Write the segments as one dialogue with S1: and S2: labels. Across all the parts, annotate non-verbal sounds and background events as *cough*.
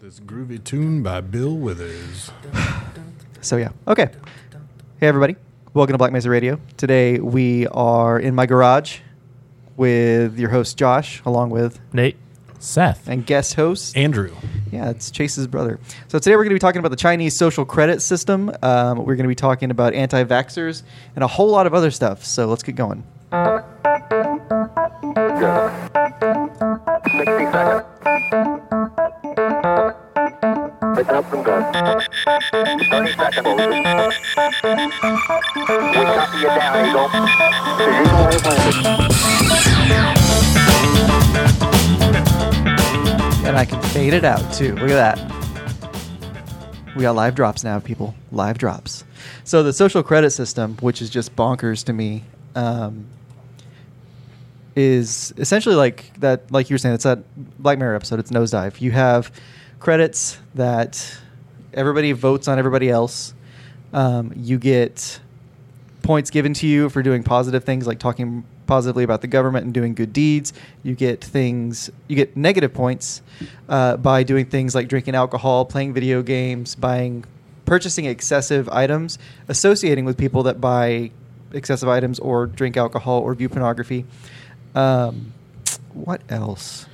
S1: This groovy tune by Bill Withers.
S2: So yeah. Okay. Hey everybody. Welcome to Black Mesa Radio. Today we are in my garage with your host Josh, along with
S3: Nate.
S4: Seth.
S2: and guest host.
S1: Andrew.
S2: Yeah, it's Chase's brother. So today we're going to be talking about the Chinese social credit system. Um, we're going to be talking about anti-vaxxers and a whole lot of other stuff. So let's get going.
S5: Wake up from God. 30 seconds. We copy you down, Eagle. The Eagle has landed.
S2: And I can fade it out too. Look at that. We got live drops now, people. Live drops. So the social credit system, which is just bonkers to me, um, is essentially like that. Like you were saying, it's that Black Mirror episode. It's nosedive. You have credits that everybody votes on everybody else. Um, you get points given to you for doing positive things like talking positively about the government and doing good deeds you get things you get negative points uh, by doing things like drinking alcohol playing video games buying purchasing excessive items associating with people that buy excessive items or drink alcohol or view pornography um, what else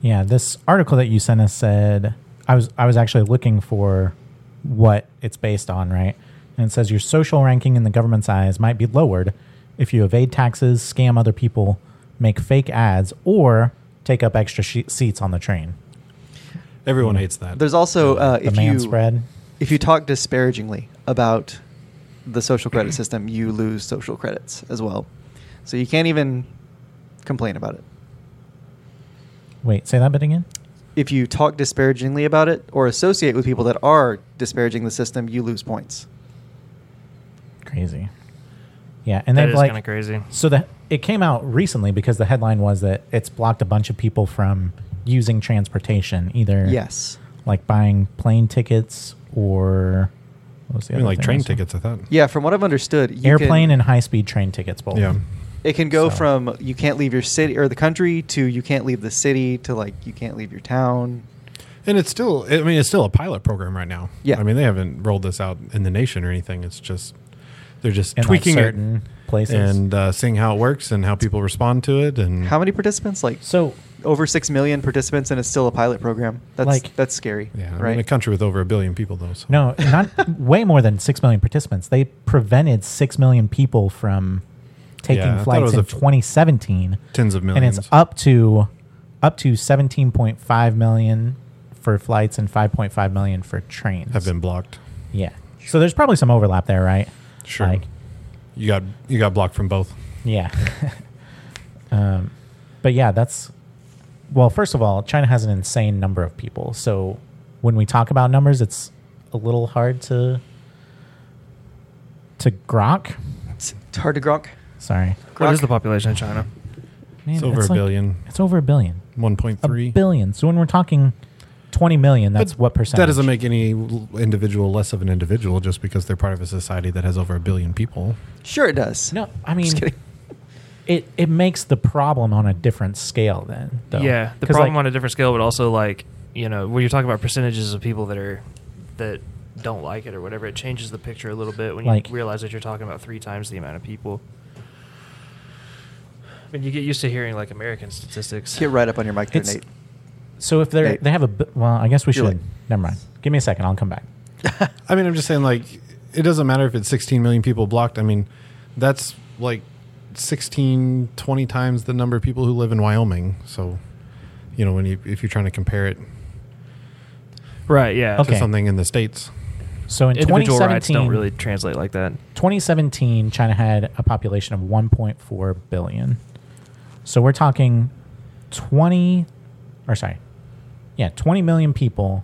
S4: Yeah, this article that you sent us said I was I was actually looking for what it's based on, right? And it says your social ranking in the government's eyes might be lowered if you evade taxes, scam other people, make fake ads, or take up extra she- seats on the train.
S1: Everyone hates that.
S2: there's also uh,
S4: The
S2: if
S4: man
S2: you
S4: spread.
S2: if you talk disparagingly about the social credit system, you lose social credits as well. So you can't even complain about it.
S4: Wait, say that bit again.
S2: If you talk disparagingly about it or associate with people that are disparaging the system, you lose points.
S4: Crazy. Yeah, and
S3: That
S4: they've
S3: is
S4: like
S3: kind of crazy.
S4: So the it came out recently because the headline was that it's blocked a bunch of people from using transportation, either
S2: Yes.
S4: like buying plane tickets or what was the
S1: I mean,
S4: other
S1: like
S4: thing
S1: train
S4: also?
S1: tickets, I thought.
S2: Yeah, from what I've understood, you
S4: airplane
S2: can,
S4: and high speed train tickets both.
S1: Yeah.
S2: it can go
S4: so.
S2: from you can't leave your city or the country to you can't leave the city to like you can't leave your town.
S1: And it's still, I mean, it's still a pilot program right now.
S2: Yeah.
S1: I mean, they haven't rolled this out in the nation or anything. It's just, they're just
S4: in
S1: tweaking
S4: like
S1: it
S4: certain places.
S1: and uh, seeing how it works and how people respond to it. And
S2: How many participants? Like
S4: so
S2: over six million participants, and it's still a pilot program. That's
S4: Like-
S2: that's scary.
S1: yeah, I
S2: right.
S1: mean, a country with over a billion people, though. So.
S4: no, not
S1: *laughs*
S4: way more than six million participants. They prevented six million people from taking
S1: Yeah, I thought it
S4: flights
S1: was
S4: in
S1: a f-
S4: 2017.
S1: Tens of
S4: and
S1: millions.
S4: it's up to up to 17.5 million for flights and 5.5 million for trains
S1: Have been blocked.
S4: yeah so there's probably some overlap there right
S1: Sure.
S4: like
S1: You got, you got blocked from both.
S4: yeah *laughs* um, but yeah that's well first of all china has an insane number of people so when we talk about numbers it's a little hard to to grok
S2: It's it's hard to grok.
S4: sorry
S3: What is the population of China?
S4: Man,
S1: It's over a
S4: like-
S1: billion.
S4: it's over a billion a
S1: 1.3.
S4: billion so when we're talking 20 million that's what percentage
S1: That doesn't make any l- individual less of an individual just because they're part of a society that has over a billion people.
S2: Sure, it does.
S4: No, I
S2: Just
S4: mean,
S2: kidding.
S4: it it makes the problem on a different scale then. Though.
S3: Yeah, the
S4: 'Cause,
S3: problem
S4: like,
S3: on a different scale, but also like you know when you're talking about percentages of people that are that don't like it or whatever, it changes the picture a little bit when you
S4: Like-
S3: realize that you're talking about three times the amount of people. I mean, you get used to hearing like American statistics.
S2: Get right up on your mic there,
S4: It's-
S2: Nate.
S4: so if they're
S2: Hey.
S4: they have a b- well, I guess we should.
S2: You're like-
S4: never mind. Give me a second. I'll come back.
S1: I mean, I'm just saying, like, it doesn't matter if it's 16 million people blocked. I mean, that's like 16, 20 times the number of people who live in Wyoming. So, you know, when you if you're trying to compare it
S3: Right? Yeah.
S4: Okay.
S1: to something in the states,
S4: So in
S3: Individual rights
S4: 2017,
S3: don't really translate like that.
S4: 2017, China had a population of 1.4 billion. So we're talking 20, or sorry, yeah, 20 million people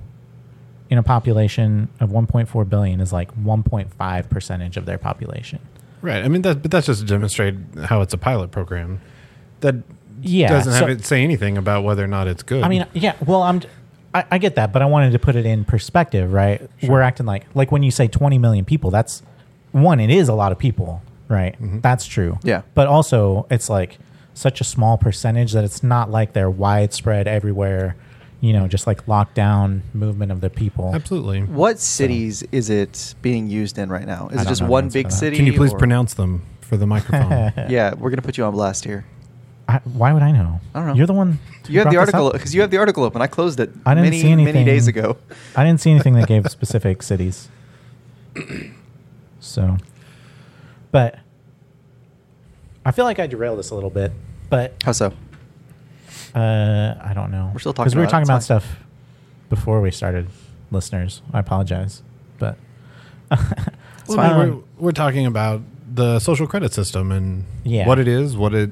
S4: in a population of 1.4 billion is like 1.5 percentage of their population.
S1: right? I mean, that but that's just to demonstrate how it's a pilot program. That
S4: Yeah,
S1: doesn't have
S4: so-
S1: it say anything about whether or not it's good.
S4: I mean, yeah. Well, I'm. I, I get that, but I wanted to put it in perspective, right? We're acting like like when you say 20 million people, that's one. It is a lot of people, right? That's true.
S2: Mm-hmm. Yeah.
S4: But also, it's like such a small percentage that it's not like they're widespread everywhere. you know, just like lockdown movement of the people.
S1: Absolutely.
S2: What cities is it being used in right now? Is
S4: I
S2: it
S4: don't
S2: just
S4: know the
S2: one
S4: answer
S2: big
S4: to that.
S2: city?
S1: Can you please
S2: or-
S1: pronounce them for the
S4: *laughs*
S1: microphone?
S2: Yeah, we're gonna put you on blast here.
S4: I, why would I know?
S2: I don't know.
S4: You're the one. who
S2: You have the
S4: brought this up.
S2: article because you have the article open. I closed it
S4: I didn't
S2: many
S4: see anything.
S2: many days ago.
S4: *laughs* I didn't see anything that gave specific cities. *clears throat* So, but I feel like I derailed this a little bit. But
S2: How so?
S4: uh, I don't know.
S2: We're still talking
S4: we were
S2: about it,
S4: talking
S2: it's
S4: about
S2: fine.
S4: stuff before we started, listeners. I apologize, but *laughs*
S1: Well, I mean,
S4: Um,
S1: we're, we're talking about the social credit system and
S4: Yeah.
S1: what it is, what it,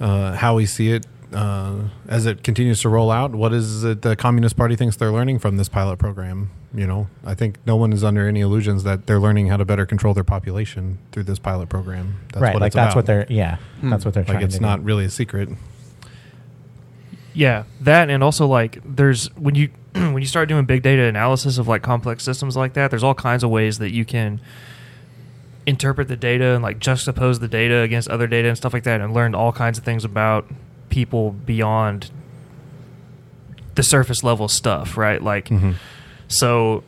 S1: uh, how we see it uh, as it continues to roll out. What is it the Communist Party thinks they're learning from this pilot program? You know, I think no one is under any illusions that they're learning how to better control their population through this pilot program. That's
S4: right, like
S1: it's
S4: that's
S1: about.
S4: what they're yeah,
S2: Hmm.
S4: that's what they're
S1: like.
S4: trying
S1: It's
S4: to
S1: not
S4: do.
S1: really a secret.
S3: Yeah, that and also like there's when you *clears throat* when you start doing big data analysis of like complex systems like that, there's all kinds of ways that you can interpret the data and like juxtapose the data against other data and stuff like that and learn all kinds of things about people beyond the surface level stuff, right? Like
S1: Mm-hmm.
S3: so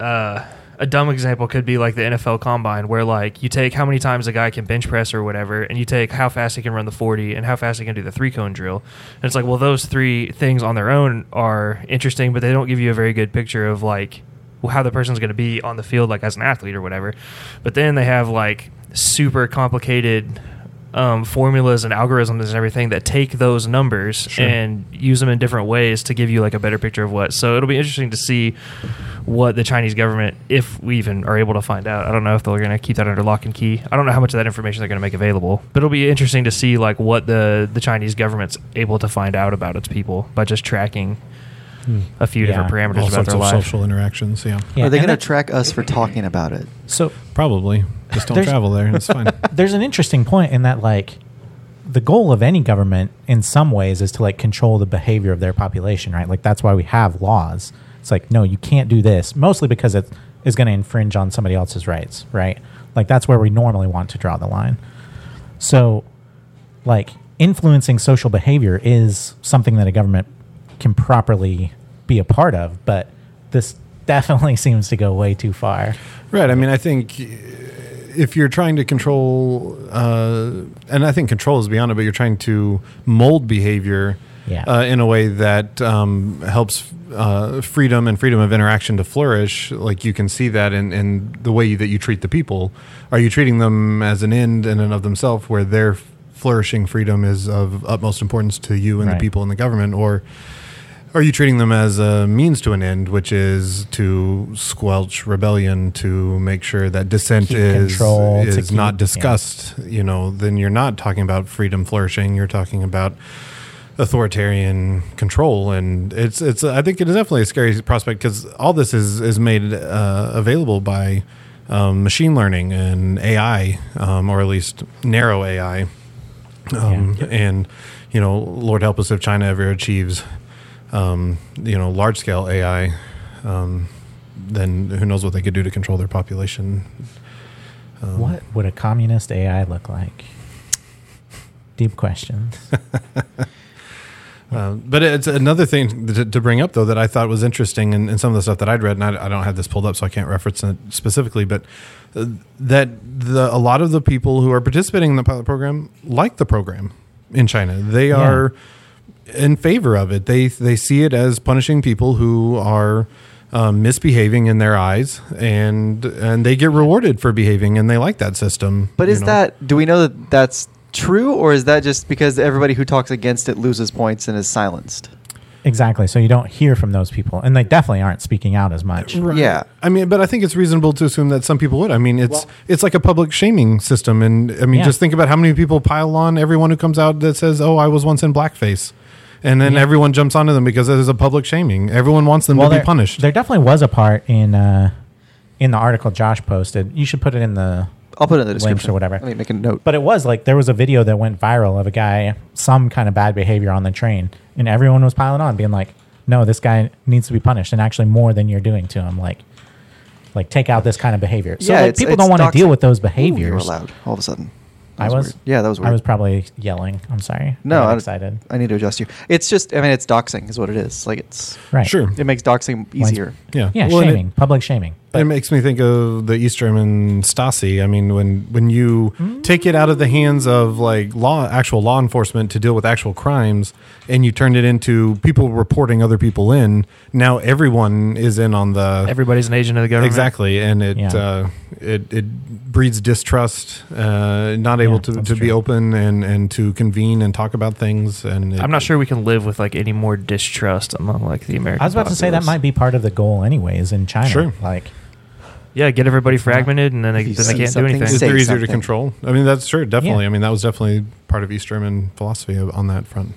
S3: uh, a dumb example could be like the NFL combine, where like you take how many times a guy can bench press or whatever, and you take how fast he can run the 40 and how fast he can do the three cone drill. And it's like, well, those three things on their own are interesting, but they don't give you a very good picture of like well, how the person's going to be on the field, like as an athlete or whatever. But then they have like super complicated. Um, formulas and algorithms and everything that take those numbers
S1: Sure.
S3: and use them in different ways to give you like a better picture of what. So it'll be interesting to see what the Chinese government, if we even are able to find out. I don't know if they're going to keep that under lock and key. I don't know how much of that information they're going to make available, but it'll be interesting to see like what the the Chinese government's able to find out about its people by just tracking a few
S4: Yeah.
S3: different parameters
S1: All
S3: about
S1: sorts
S3: their
S1: of
S3: life.
S1: social interactions. Yeah,
S4: Hmm. Yeah,
S2: Are they
S4: and
S2: going to
S4: that-
S2: track us for talking about it?
S4: So
S1: probably. Just don't
S4: There's-
S1: travel there. It's fine.
S4: *laughs* there's an interesting point in that like the goal of any government in some ways is to like control the behavior of their population right like that's why we have laws it's like no you can't do this mostly because it is going to infringe on somebody else's rights right like that's where we normally want to draw the line so like influencing social behavior is something that a government can properly be a part of but this *laughs* definitely seems to go way too far
S1: Right. I mean, I think uh, if you're trying to control, uh, and I think control is beyond it, but you're trying to mold behavior
S4: Yeah.
S1: uh, in a way that um, helps uh, freedom and freedom of interaction to flourish. Like you can see that in, in the way that you treat the people. Are you treating them as an end in and of themselves, where their flourishing freedom is of utmost importance to you and
S4: Right.
S1: the people and the government, or are you treating them as a means to an end, which is to squelch rebellion, to make sure that dissent
S4: Keep
S1: is
S4: control, to
S1: is
S4: keep-
S1: not
S4: yeah.
S1: discussed? You know, then you're not talking about freedom flourishing. You're talking about authoritarian control, and it's it's. I think it is definitely a scary prospect because all this is is made uh, available by um, machine learning and AI, um, or at least narrow AI. Um, And, you know, Lord help us if China ever achieves, um, you know, large scale AI, um, then who knows what they could do to control their population.
S4: What would a communist AI look like?
S2: *laughs*
S4: Deep questions.
S1: Um, but it's another thing to, to bring up, though, that I thought was interesting in, in some of the stuff that I'd read, and I, I don't have this pulled up, so I can't reference it specifically, but uh, that the, a lot of the people who are participating in the pilot program like the program in China. They
S4: Yeah.
S1: are in favor of it. They they see it as punishing people who are um, misbehaving in their eyes, and and they get rewarded for behaving, and they like that system.
S2: But
S1: you
S2: is
S1: know.
S2: that do we know that that's true, or is that just because everybody who talks against it loses points and is silenced?
S4: exactly. So you don't hear from those people, and they definitely aren't speaking out as much.
S1: Right.
S2: Yeah.
S1: I mean, but I think it's reasonable to assume that some people would. I mean, it's
S4: Well-
S1: it's like a public shaming system, and I mean,
S4: Yeah.
S1: just think about how many people pile on everyone who comes out that says, "Oh, I was once in blackface," and then everyone jumps onto them because there's a public shaming. Everyone wants them to
S4: there,
S1: be punished.
S4: There definitely was a part in uh, in the article Josh posted. You should put it in the.
S2: I'll put it in the
S4: Links
S2: description
S4: or whatever.
S2: Let me make a note.
S4: But it was like there was a video that went viral of a guy some kind of bad behavior on the train, and everyone was piling on, being like, "No, this guy needs to be punished, and actually more than you're doing to him." Like. Like take out this kind of behavior. So
S2: Yeah,
S4: like,
S2: it's-
S4: people
S2: it's
S4: don't want to
S2: toxic.
S4: deal with those
S2: Ooh, you were
S4: behaviors.
S2: loud all of a sudden. That
S4: I was.
S2: weird. Yeah, that was weird.
S4: I was probably yelling. I'm sorry.
S2: no,
S4: I
S2: I-
S4: got excited.
S2: I need to adjust you. It's just, I mean, it's doxing is what it is. Like it's,
S4: Right.
S1: Sure.
S2: it makes doxing easier.
S1: Yeah.
S4: Yeah,
S1: Well, and it-
S4: shaming, public shaming.
S1: it makes me think of the East German Stasi. I mean, when when you
S4: Hmm?
S1: take it out of the hands of like law, actual law enforcement to deal with actual crimes, and you turned it into people reporting other people in. Now everyone is in on the
S3: Everybody's an agent of the government.
S1: exactly, and it
S4: Yeah.
S1: uh, it it breeds distrust, uh, not able
S4: Yeah,
S1: to,
S4: that's
S1: to be
S4: true.
S1: open and and to convene and talk about things. And it,
S3: I'm not sure we can live with like any more distrust among like the American.
S4: I was about to say that
S3: populace.
S4: might be part of the goal, anyways, in China.
S1: Sure.
S4: Like,
S3: Yeah, get everybody fragmented and then they,
S2: If you
S3: then
S2: see
S3: they can't do
S2: something,
S1: Is
S2: say-
S3: anything.
S1: they're easier to
S2: something.
S1: control. I mean, that's sure, definitely.
S4: Yeah.
S1: I mean, that was definitely part of East German philosophy of- on that front.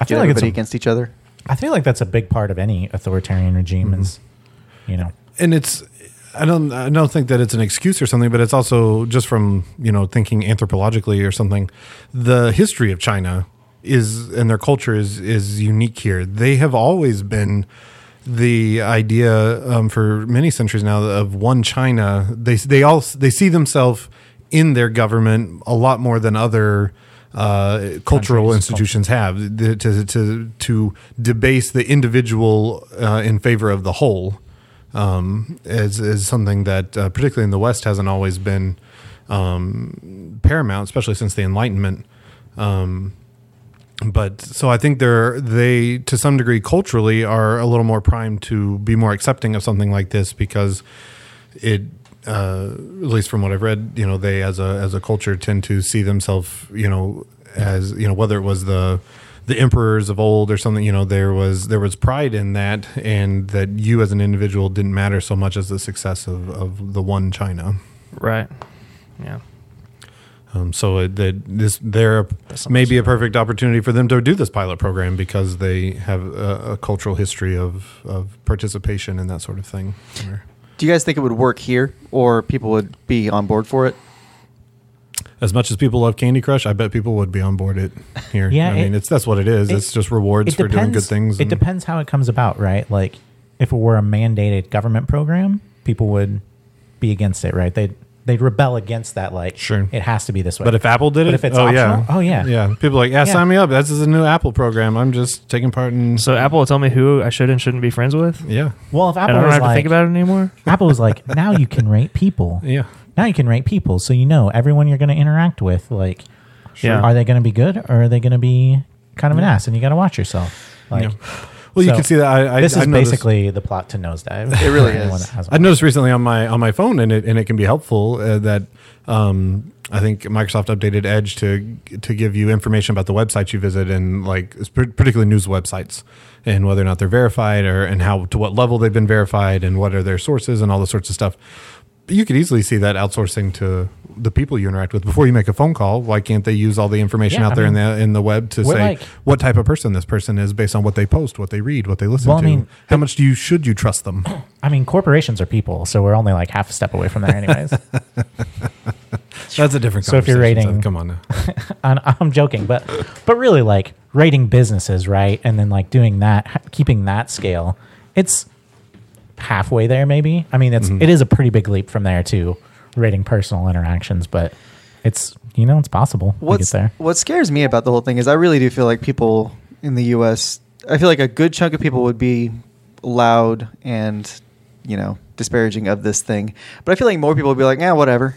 S4: I
S2: Get
S4: feel like it's.
S2: everybody
S4: A,
S2: against each other.
S4: I feel like that's a big part of any authoritarian regime.
S1: Mm-hmm.
S4: Is you know,
S1: and it's I don't I don't think that it's an excuse or something, but it's also just from you know thinking anthropologically or something. The history of China is and their culture is is unique here. They have always been the idea um, for many centuries now of one China. They they all they see themselves in their government a lot more than other uh, cultural
S4: Countries,
S1: institutions have the, to, to to debase the individual uh, in favor of the whole um, is is something that uh, particularly in the West hasn't always been um, paramount, especially since the Enlightenment. Um, but so I think they're they to some degree culturally are a little more primed to be more accepting of something like this because it uh, at least from what I've read, you know, they as a as a culture tend to see themselves, you know, as you know, whether it was the the emperors of old or something, you know, there was there was pride in that, and that you as an individual didn't matter so much as the success of, of the one China.
S3: Right. Yeah.
S1: Um, so it, that this there
S3: That's
S1: may be a perfect opportunity for them to do this pilot program because they have a, a cultural history of of participation and that sort of thing.
S2: Do you guys think it would work here or people would be on board for it?
S1: As much as people love Candy Crush, I bet people would be on board it here.
S4: Yeah,
S1: I
S4: it-
S1: mean, it's that's what it is.
S4: it-
S1: it's just rewards for doing good things.
S4: It
S1: and-
S4: depends how it comes about, right? Like, if it were a mandated government program, people would be against it, right? They'd they'd rebel against that. Like,
S1: Sure.
S4: it has to be this way.
S1: But if Apple did
S4: But
S1: it,
S4: if it's
S1: oh yeah,
S4: optional? Oh, yeah.
S1: yeah. People are like, yeah,
S4: Yeah.
S1: sign me up. That's a new Apple program. I'm just taking part in.
S3: So Apple will tell me who I should and shouldn't be friends with.
S1: yeah,
S4: well, if
S3: I
S4: Apple
S3: don't
S4: was
S3: have to
S4: like,
S3: think about it anymore.
S4: Apple was like, now you can rate people.
S1: *laughs* yeah.
S4: Now you can rate people, so you know everyone you're going to interact with. Like,
S3: Yeah.
S4: are they going to be good or are they going to be kind of an ass? And you got to watch yourself. Like,
S1: Well, you
S4: so
S1: can see that. I, I,
S4: this
S1: I
S4: is
S1: noticed-
S4: basically the plot to Nosedive.
S2: It really
S4: For *laughs* anyone
S2: is.
S4: that hasn't
S1: I noticed recently on my on my phone, and it and it can be helpful uh, that um, I think Microsoft updated Edge to to give you information about the websites you visit and like it's par- particularly news websites and whether or not they're verified or and how to what level they've been verified and what are their sources and all those sorts of stuff. But you could easily see that outsourcing to the people you interact with before you make a phone call. Why can't they use all the information
S4: Yeah,
S1: out
S4: I
S1: there
S4: mean,
S1: in the in the web to
S4: we're
S1: say
S4: like-
S1: what type of person this person is based on what they post, what they read, what they listen
S4: Well, I
S1: to?
S4: mean,
S1: how much do you should you trust them?
S4: I mean, corporations are people, so we're only like half a step away from there, anyways.
S1: That's a different.
S4: So if you're
S1: conversation,
S4: rating-
S1: Seth. come on now.
S4: and I'm *laughs* joking, but but really, like rating businesses, right? And then like doing that, h- keeping that scale, it's halfway there, maybe. I mean, it's it is a pretty big leap from there to rating personal interactions, but it's you know it's possible
S2: What's,
S4: to get there.
S2: what scares me about the whole thing is I really do feel like people in the U.S., I feel like a good chunk of people would be loud and, you know, disparaging of this thing. But I feel like more people would be like, yeah, whatever.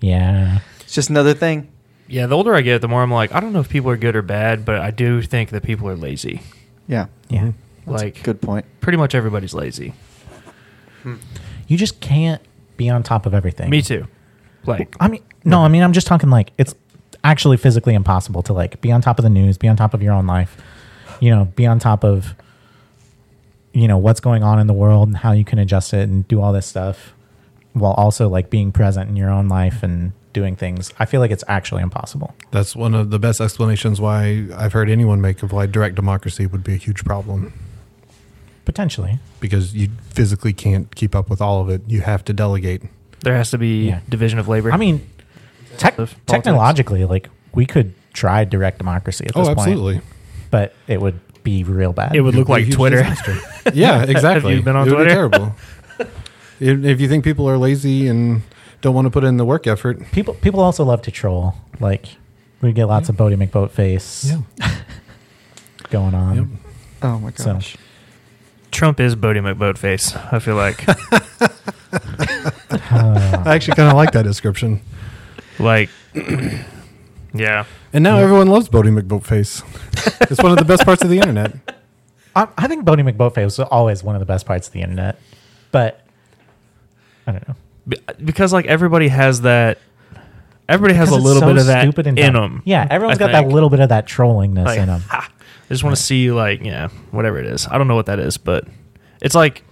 S4: Yeah,
S2: It's just another thing.
S3: Yeah, the older I get, the more I'm like, I don't know if people are good or bad, but I do think that people are lazy.
S2: Yeah.
S4: yeah.
S3: like
S2: Good point.
S3: pretty much everybody's lazy.
S4: You just can't be on top of everything.
S3: Me too. Like
S4: I mean, no, I mean, I'm just talking like it's actually physically impossible to like be on top of the news, be on top of your own life, you know, be on top of, you know, what's going on in the world and how you can adjust it and do all this stuff while also like being present in your own life and doing things. I feel like it's actually impossible.
S1: That's one of the best explanations why I've heard anyone make of why direct democracy would be a huge problem
S4: Potentially.
S1: because you physically can't keep up with all of it. You have to delegate.
S3: there has to be
S4: Yeah.
S3: division of labor.
S4: I mean, tech
S3: Of politics.
S4: technologically, like we could try direct democracy at this
S1: oh,
S4: point,
S1: absolutely.
S4: but it would be real bad.
S3: it would look
S1: Be a
S3: like
S1: huge
S3: Twitter. *laughs*
S1: disaster. yeah, exactly.
S3: you been on
S1: it would be
S3: Twitter?
S1: terrible. if if you think people are lazy and don't want to put in the work effort.
S4: People people also love to troll. Like we get lots of Bodie McBoat face *laughs* going on.
S1: Yep.
S2: Oh my
S4: So-
S2: gosh.
S3: Trump is Bodie McBoatface. I feel
S4: *laughs*
S3: like,
S1: I actually kind of like that description.
S3: like, *clears throat* yeah.
S1: And now everyone loves Bodie McBoatface. it's one of the best parts of the internet.
S4: I, I think Bodie McBoatface was always one of the best parts of the internet, but I don't know.
S3: Be- because like everybody has that. Everybody has a
S4: Because it's
S3: little
S4: so
S3: bit of that
S4: stupid and
S3: in
S4: dumb.
S3: them.
S4: Yeah, everyone's got that little bit of that trollingness
S3: Like,
S4: in them.
S3: ha, I just want to see like yeah, whatever it is. I don't know what that is, but it's like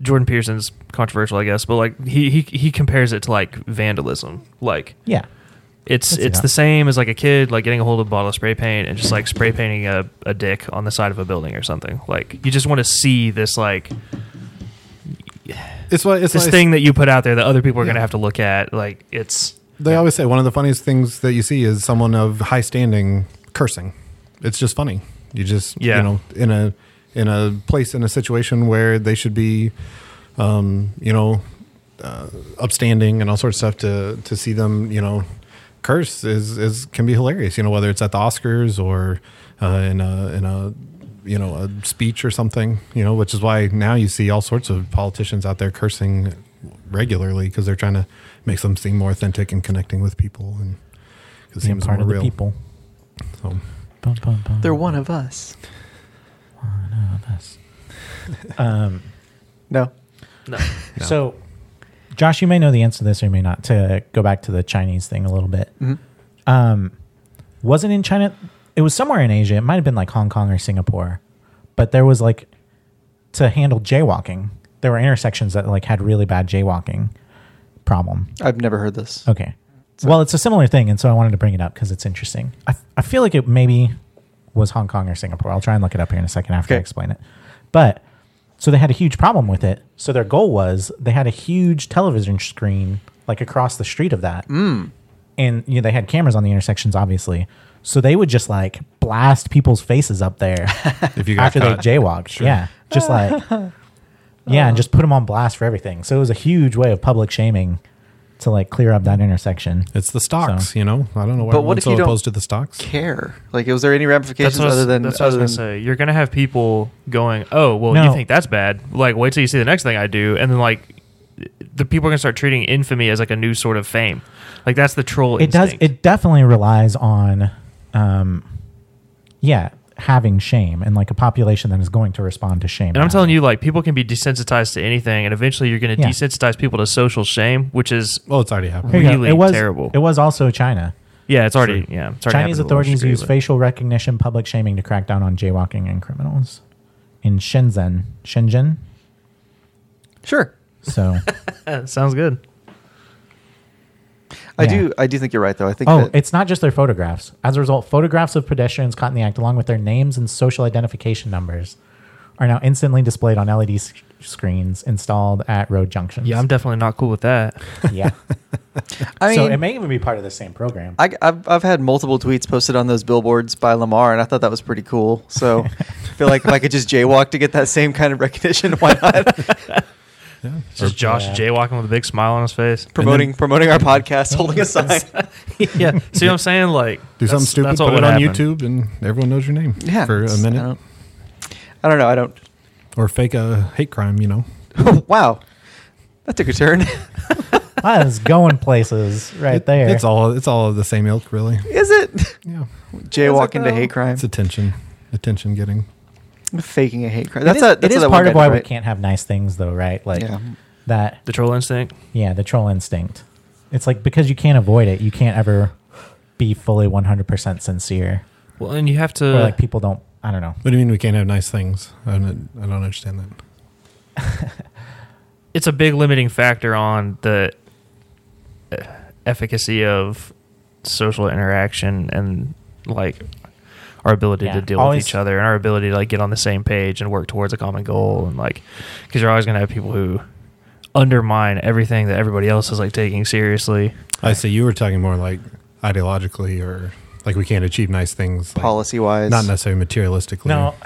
S3: Jordan Peterson's controversial, I guess. But like he he he compares it to like vandalism. Like
S4: Yeah,
S3: it's
S4: That's
S3: it's
S4: not-
S3: the same as like a kid like getting a hold of a bottle of spray paint and just like spray painting a, a dick on the side of a building or something. Like you just want to see this like
S1: It's why it's
S3: this
S1: why I
S3: thing that you put out there that other people are gonna have to look at. Like it's
S1: They always say one of the funniest things that you see is someone of high standing cursing. It's just funny. You just
S3: Yeah.
S1: you know in a in a place in a situation where they should be um, you know uh, upstanding and all sorts of stuff to to see them you know curse is is can be hilarious. You know whether it's at the Oscars or uh, in a in a you know a speech or something. You know which is why now you see all sorts of politicians out there cursing regularly because they're trying to make them seem more authentic and connecting with people and 'cause it
S4: being
S1: seems
S4: part
S1: more
S4: of the
S1: real.
S4: people.
S1: So,
S4: Bum, bum, bum.
S2: They're one of us. *laughs*
S4: Um,
S2: No.
S3: no.
S1: No.
S4: So, Josh, you may know the answer to this or you may not. To go back to the Chinese thing a little bit, um, wasn't in China. It was somewhere in Asia. It might have been like Hong Kong or Singapore, but there was like to handle jaywalking. There were intersections that like had really bad jaywalking problem.
S2: I've never heard this.
S4: Okay. well, it's a similar thing, and so I wanted to bring it up because it's interesting. I, I feel like it maybe was Hong Kong or Singapore. I'll try and look it up here in a second after I
S2: Okay.
S4: explain it. But so they had a huge problem with it. So their goal was they had a huge television screen like across the street of that, and you know, they had cameras on the intersections, obviously. So they would just like blast people's faces up there
S1: if you got
S4: after
S1: caught,
S4: they jaywalked. Yeah, just like yeah, and just put them on blast for everything. So it was a huge way of public shaming to like clear up that intersection.
S1: it's the stocks. You know I don't know why
S2: But
S1: everyone's
S2: what if
S1: so
S2: you don't
S1: opposed to the stocks.
S2: Care. Like, was there any
S3: That's
S2: ramifications
S3: what, I was-
S2: other than
S3: that's what I was
S2: other
S3: gonna
S2: than-
S3: say. You're gonna have people going, "Oh, well,
S4: No.
S3: you think that's bad? Like, wait till you see the next thing I do." And then like, the people are gonna start treating infamy as like a new sort of fame. Like that's the troll.
S4: It does.
S3: instinct.
S4: It definitely relies on, um, yeah, having shame and like a population that is going to respond to shame.
S3: And I'm telling you, like, people can be desensitized to anything, and eventually you're gonna
S4: Yeah.
S3: desensitize people to social shame, which is
S1: Well, it's already happened.
S4: Here you go.
S3: really
S4: it was
S3: terrible.
S4: It was also China.
S3: yeah, it's already yeah. It's already happened
S4: Chinese
S3: to a large
S4: authorities
S3: degree,
S4: use
S3: but-
S4: facial recognition, public shaming to crack down on jaywalking and criminals in Shenzhen. Shenzhen.
S2: Sure.
S3: *laughs*
S4: So,
S3: Eh, sounds good.
S2: I
S4: Yeah.
S2: do. I do think you're right, though. I think.
S4: oh,
S2: that,
S4: it's not just their photographs. As a result, photographs of pedestrians caught in the act, along with their names and social identification numbers, are now instantly displayed on LED s- screens installed at road junctions.
S3: Yeah, I'm definitely not cool with that.
S4: yeah.
S2: *laughs* I mean,
S4: so it may even be part of the same program.
S2: I, have I've had multiple tweets posted on those billboards by Lamar, and I thought that was pretty cool. So I feel like if I could just jaywalk to get that same kind of recognition, why not?
S3: It's just Josh
S4: Yeah.
S3: jaywalking with a big smile on his face.
S2: promoting promoting our podcast, holding a sign.
S3: yeah, see what I'm saying? Like,
S1: Do something
S3: that's-
S1: stupid,
S3: that's what
S1: put it
S3: would
S1: on
S3: happen.
S1: YouTube, and everyone knows your name
S2: Yeah,
S1: for a
S2: it's- I
S1: minute,
S2: don't, I don't know. I don't.
S1: or fake a hate crime. You know,
S2: *laughs* wow, that took a turn.
S4: I was going places right
S1: It-
S4: there.
S1: It's all it's all of the same ilk, really.
S2: *laughs* Is it
S1: Yeah,
S2: jaywalking to hate crime?
S1: it's attention, attention getting.
S2: Faking a hate crime.
S4: It
S2: That's
S4: is-
S2: a, that's
S4: it is
S2: a, that one
S4: part
S2: guy
S4: of why
S2: did,
S4: we
S2: right?
S4: can't have nice things, though, right? Like
S2: Yeah.
S4: that.
S3: The troll instinct.
S4: Yeah, the troll instinct. It's like because you can't avoid it, you can't ever be fully 100% sincere.
S3: Well, and you have
S4: or
S3: to.
S4: like people don't. I don't know.
S1: What do you mean we can't have nice things? I don't, I don't understand that.
S3: it's a big limiting factor on the uh, efficacy of social interaction and like our ability
S4: Yeah,
S3: to deal
S4: always-
S3: with each other and our ability to like get on the same page and work towards a common goal and like because you're always going to have people who undermine everything that everybody else is like taking seriously
S1: I see you were talking more like ideologically, or like we can't achieve nice things, like,
S2: Policy wise,
S1: not necessarily materialistically.
S4: No,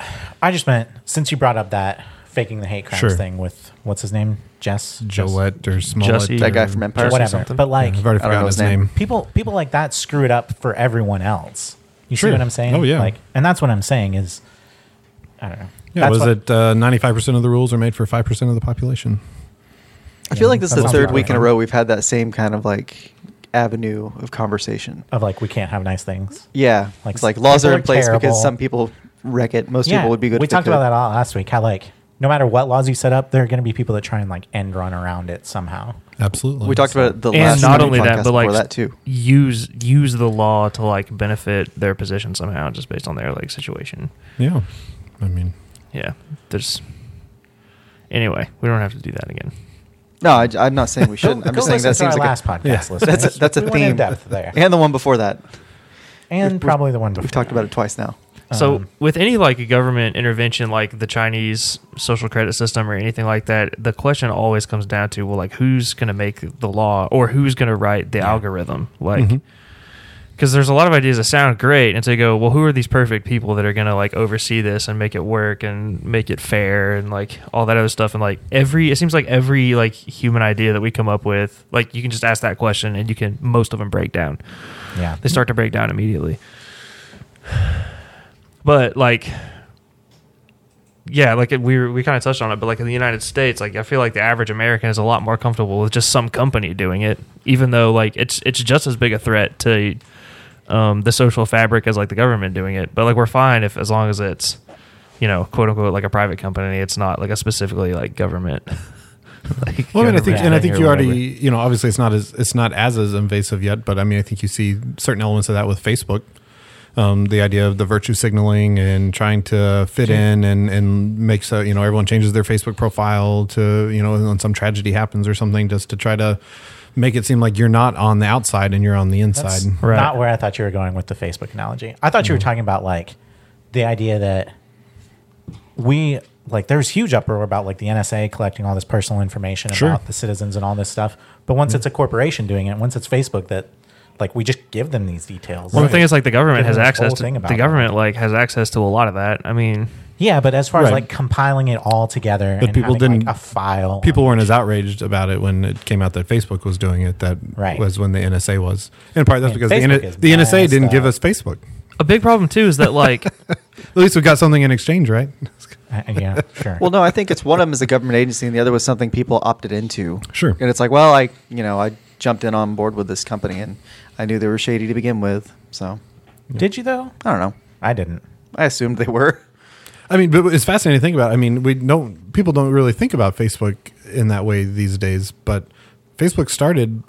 S4: I just meant since you brought up that faking the hate crimes
S1: Sure.
S4: thing with what's his name, Jess,
S1: Gillette or Smollett.
S3: Jesse.
S2: That guy
S1: or-
S2: from Empire.
S3: Jesse
S4: whatever.
S3: something.
S4: But like
S1: I've already
S2: I don't know
S1: forgotten
S2: his
S1: his
S2: name.
S1: name.
S4: people people like that screw it up for everyone else. You
S1: Sure.
S4: see what I'm saying?
S1: Oh, yeah.
S4: Like, and that's what I'm saying is, I don't know.
S1: Yeah, was
S4: what-
S1: it uh, ninety-five percent of the rules are made for five percent of the population?
S2: I feel like this is
S4: That
S2: the
S4: sounds
S2: third
S4: about
S2: week in a
S4: right.
S2: row we've had that same kind of like avenue of conversation.
S4: of like we can't have nice things?
S2: Yeah,
S4: Like,
S2: it's like laws
S4: people
S2: are
S4: are
S2: in place
S4: terrible.
S2: because some people wreck it. Most people would be good.
S4: We
S2: if they
S4: talked about
S2: could.
S4: that all last week. How like no matter what laws you set up, there are going to be people that try and like end run around it somehow.
S1: Absolutely.
S2: We talked about it the
S3: and
S2: last
S3: not
S2: Sunday
S3: only
S2: podcast
S3: that, but like
S2: before that too.
S3: use use the law to like benefit their position somehow, just based on their like situation.
S1: Yeah, I mean,
S3: Yeah, there's. Anyway, we don't have to do that again.
S2: No, I, am not saying
S4: *laughs*
S2: we shouldn't. I'm
S4: Go
S2: just saying
S4: listen
S2: that
S4: to our
S2: seems like
S4: last
S2: a,
S4: podcast.
S1: Yeah. That's a-
S4: listeners.
S2: *laughs* that's a, that's a
S4: We went
S2: theme.
S4: in depth there,
S2: *laughs*
S4: and,
S2: And the one before that, we've-
S4: probably the one before.
S2: we've talked about it twice now.
S3: So
S4: Um,
S3: with any like government intervention, like the Chinese social credit system or anything like that, the question always comes down to well, like who's going to make the law or who's going to write the algorithm, like.
S1: Mhm.
S3: Because there's a lot of ideas that sound great, and so you go, well, who are these perfect people that are going to like oversee this and make it work and make it fair and like all that other stuff? And like every, it seems like every like human idea that we come up with, like you can just ask that question and you can most of them break down
S4: Yeah,
S3: they start to break down immediately. But like, yeah, like we were- we kind of touched on it, but like in the United States, like I feel like the average American is a lot more comfortable with just some company doing it, even though like it's it's just as big a threat to um, the social fabric as like the government doing it. But like we're fine if as long as it's you know quote unquote like a private company, it's not like a specifically like government. *laughs* like,
S1: well, I mean, I
S3: government
S1: think, and I
S3: thing
S1: think
S3: or
S1: you already,
S3: whatever.
S1: you know, obviously it's not as it's not as as invasive yet, but I mean, I think you see certain elements of that with Facebook. Um, the idea of the virtue signaling and trying to fit in and and make so you know everyone changes their Facebook profile to you know when some tragedy happens or something just to try to make it seem like you're not on the outside and you're on the inside.
S4: That's
S3: Right.
S4: not where I thought you were going with the Facebook analogy. I thought you
S3: Mm.
S4: were talking about like the idea that we like there's huge uproar about like the NSA collecting all this personal information
S1: Sure.
S4: about the citizens and all this stuff. But once
S3: Mm.
S4: it's a corporation doing it, once it's Facebook that like we just give them these details.
S3: Well, the thing is, like the government has
S4: There's a whole
S3: access to
S4: thing about
S3: the
S4: that.
S3: government, like has access to a lot of that. I mean,
S4: yeah, but as far as
S1: Right.
S4: like compiling it all together
S1: But
S4: and
S1: people
S4: having,
S1: didn't-
S4: like, a file,
S1: people weren't as outraged about it when it came out that Facebook was doing it. That
S4: Right.
S1: was when the NSA was, and part that's
S4: Man,
S1: because the, N-
S4: Facebook is
S1: the NSA didn't
S4: messed
S1: give
S4: up.
S1: us Facebook.
S3: a big problem too is that
S4: *laughs*
S3: like
S1: At least we got something in exchange, right?
S4: Uh,
S3: *laughs*
S4: yeah, sure.
S2: Well, no, I think it's one of them is a government agency, and the other was something people opted into.
S1: Sure.
S2: And it's like, well, I, you know, I jumped in on board with this company, and I knew they were shady to begin with, so
S4: Did you though?
S2: I don't know.
S4: I didn't.
S2: I assumed they were.
S1: I mean, but it's fascinating to think about. I mean, we don't people don't really think about Facebook in that way these days, but Facebook started